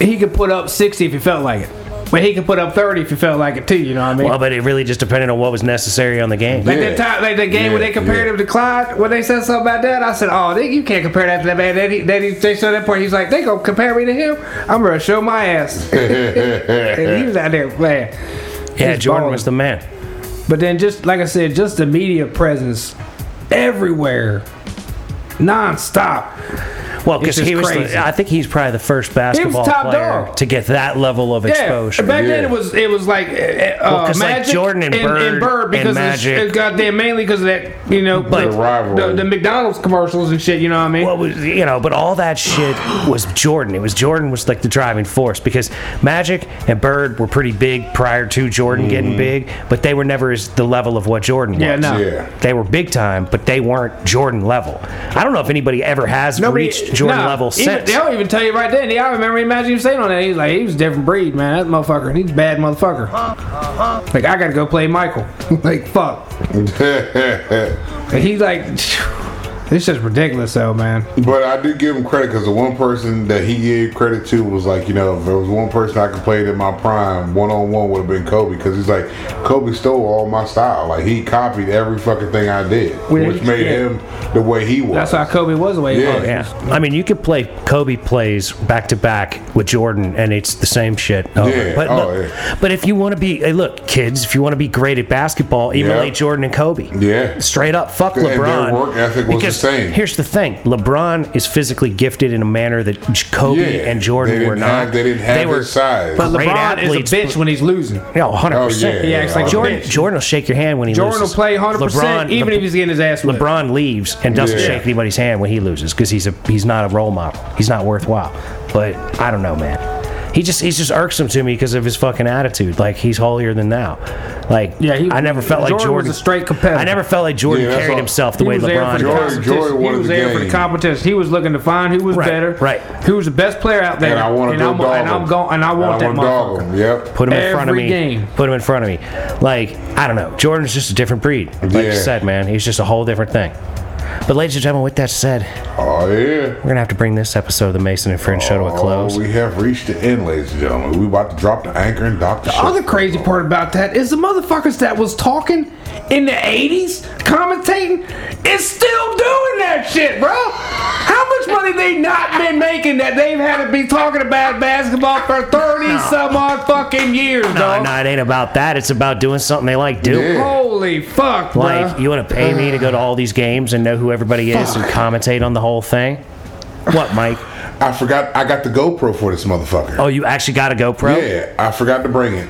he could put up 60 if he felt like it, but he could put up 30 if he felt like it too. You know what I mean?
Well, but it really just depended on what was necessary on the game.
like
yeah.
that time, like the game where
Yeah,
they compared
yeah.
him to Clyde, when they said something about that, I said, "Oh, they, you can't compare that to that man." Then he, then he, they showed that point. He's like, "They gonna compare me to him? I'm gonna show my ass." [laughs] and he was out there playing.
yeah,
He's
Jordan
balling.
was the man.
But then, just like I said, just the media presence everywhere, nonstop.
Well, because
just
he was, the-
crazy.
I think he's probably the first basketball
top
player
dog.
to get that level of exposure.
Yeah. Back then
Yeah.
it was it was like uh, uh,
'cause, like,
Magic
Jordan and Bird and
because of the sh-
Magic.
goddamn mainly because of that you know
But-
the,
The rivalry.
the, the McDonald's commercials and shit. You know what I mean?
Well, it was, you know, but all that shit was Jordan. It was Jordan was like the driving force because Magic and Bird were pretty big prior to Jordan getting big, but they were never as the level of what Jordan
Mm-hmm. yeah,
was.
no.
Yeah.
They were big time, but they weren't Jordan level. I don't know if anybody ever has reached Jordan
no,
level
even-
since.
they'll even tell you right then. Yeah, I remember imagine you saying on that. He's like, he was a different breed, man. That motherfucker, he's a bad motherfucker. Like I gotta go play Michael. [laughs] like fuck.
[laughs]
And he's like, [sighs] this is ridiculous though, man.
But I do give him credit because the one person that he gave credit to was like, you know, if there was one person I could play in my prime, one on one would have been Kobe because he's like, Kobe stole all my style. Like he copied every fucking thing I did,
Well,
which made
yeah.
him the way he was.
That's how Kobe was the way he
Yeah.
was.
yeah. I mean, you could play Kobe plays back to back with Jordan, and it's the same shit. over.
Yeah.
But,
Oh,
look,
yeah.
but if you want to be, hey, look, kids, if you want to be great at basketball, emulate
Yeah.
Jordan and Kobe.
Yeah.
Straight up, fuck
And their
LeBron.
work ethic was the
because
same.
Here's the thing: LeBron is physically gifted in a manner that J- Kobe
Yeah.
and
They
Jordan
didn't
were not.
have- they didn't have
were
his size.
But
great
LeBron
athletes,
is a bitch when he's losing.
but- No, hundred
Oh yeah,
percent.
He acts like a
Jordan,
bitch.
Jordan will shake your hand when he
Jordan will
loses.
play 100% even
Le-
if he's getting his ass whipped.
LeBron leaves and doesn't
Yeah.
shake anybody's hand when he loses because he's a he's not a role model. He's not worthwhile. But I don't know, man. He just he's just irksome to me because of his fucking attitude. Like he's holier than thou. Like
Yeah, he-
I never felt like
Jordan was
Jordan
a straight competitor.
I never felt like Jordan
Yeah, that's
carried
all.
himself the
He
way
was there
LeBron.
for the
does.
Jordan-
competition.
Jordan wanted
he was
the
there for
game.
the competition. He was looking to find who was
Right,
better,
right.
Who was the best player out there?
And I want to
and
go
I'm,
dog
and
him.
I'm going, and I want
wanna
that
dog
motherfucker.
him. Yep.
Put him in front of
Every
me.
game.
Put him in front of me. Like I don't know. Jordan's just a different breed. Like
Yeah.
you said, man, he's just a whole different thing. But ladies and gentlemen, with that said,
oh yeah.
we're gonna have to bring this episode of the Mason and Friend Show to a close.
Oh, we have reached the end, ladies and gentlemen. We about to drop the anchor and dock the,
Other
ship.
crazy part about that is the motherfuckers that was talking in the '80s, commentating, is still doing that shit, bro. How much money they not been making that they've had to be talking about basketball for thirty some odd fucking years,
No,
dog?
no, it ain't about that. It's about doing something they like doing.
Yeah.
Holy fuck, bro.
Like, you want to pay me to go to all these games and know who everybody is and commentate on the whole thing? What, Mike?
I forgot. I got the GoPro for this motherfucker.
Oh, you actually got a GoPro?
yeah, I forgot to bring it.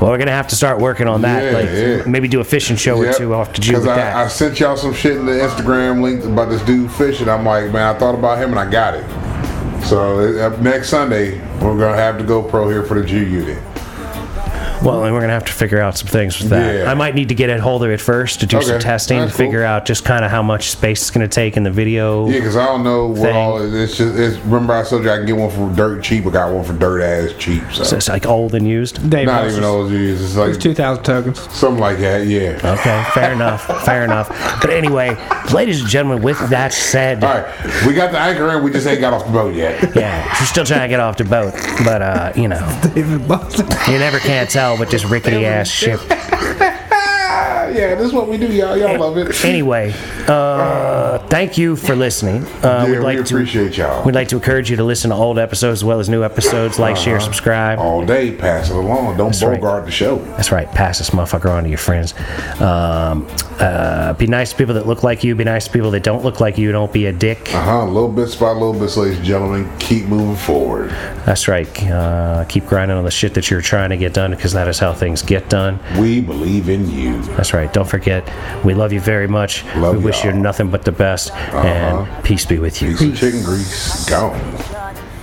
Well, we're gonna have to start working on that.
Yeah,
like,
yeah.
maybe do a fishing show or two after June with
I,
that.
I sent y'all some shit in the Instagram link about this dude fishing. I'm like, man, I thought about him and I got it. So it- uh, next Sunday, we're gonna have the GoPro here for the G unit.
well, and we're gonna have to figure out some things with that.
Yeah.
I might need to get a hold of it first to do some
Okay,
testing to
that's cool.
figure out just kind of how much space it's gonna take in the video.
Yeah, because I don't know what
Thing.
all it's just. It's, remember, I told you I can get one for dirt cheap. I got one for dirt ass cheap. So,
So it's like old and used.
Dave
not
Buster's.
even old G's. It's
It's
like
2,000 tokens. [laughs]
something like that. Yeah.
Okay, fair enough. Fair enough. But anyway, ladies and gentlemen, with that said,
All right, we got the anchor in. We just ain't got off the boat yet.
Yeah, she's still trying to get off the boat, but uh, you know,
David Buster.
you never can tell with this rickety ass ship.
Ah, [laughs] yeah, this is what we do, y'all. Y'all love it.
Anyway, uh, thank you for listening. Uh,
yeah,
we'd like
we appreciate
to,
y'all.
We'd like to encourage you to listen to old episodes as well as new episodes.
Uh-huh.
Like, share, subscribe.
all day, pass it along. Don't
right.
bogart the show.
That's right. Pass this motherfucker on to your friends. Um, uh, be nice to people that look like you. Be nice to people that don't look like you. Don't be a dick.
Uh huh. Little bits by little bits, ladies and gentlemen. Keep moving forward.
That's right. Uh, keep grinding on the shit that you're trying to get done because that is how things get done.
We believe in you.
That's right. right. Don't forget, we love you very much.
Love
we wish you
y'all. Uh-huh.
nothing but the best, and peace be with you.
Piece of chicken grease gone.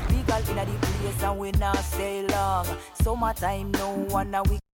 Legal inna the place and we not stay long. Summertime no one a we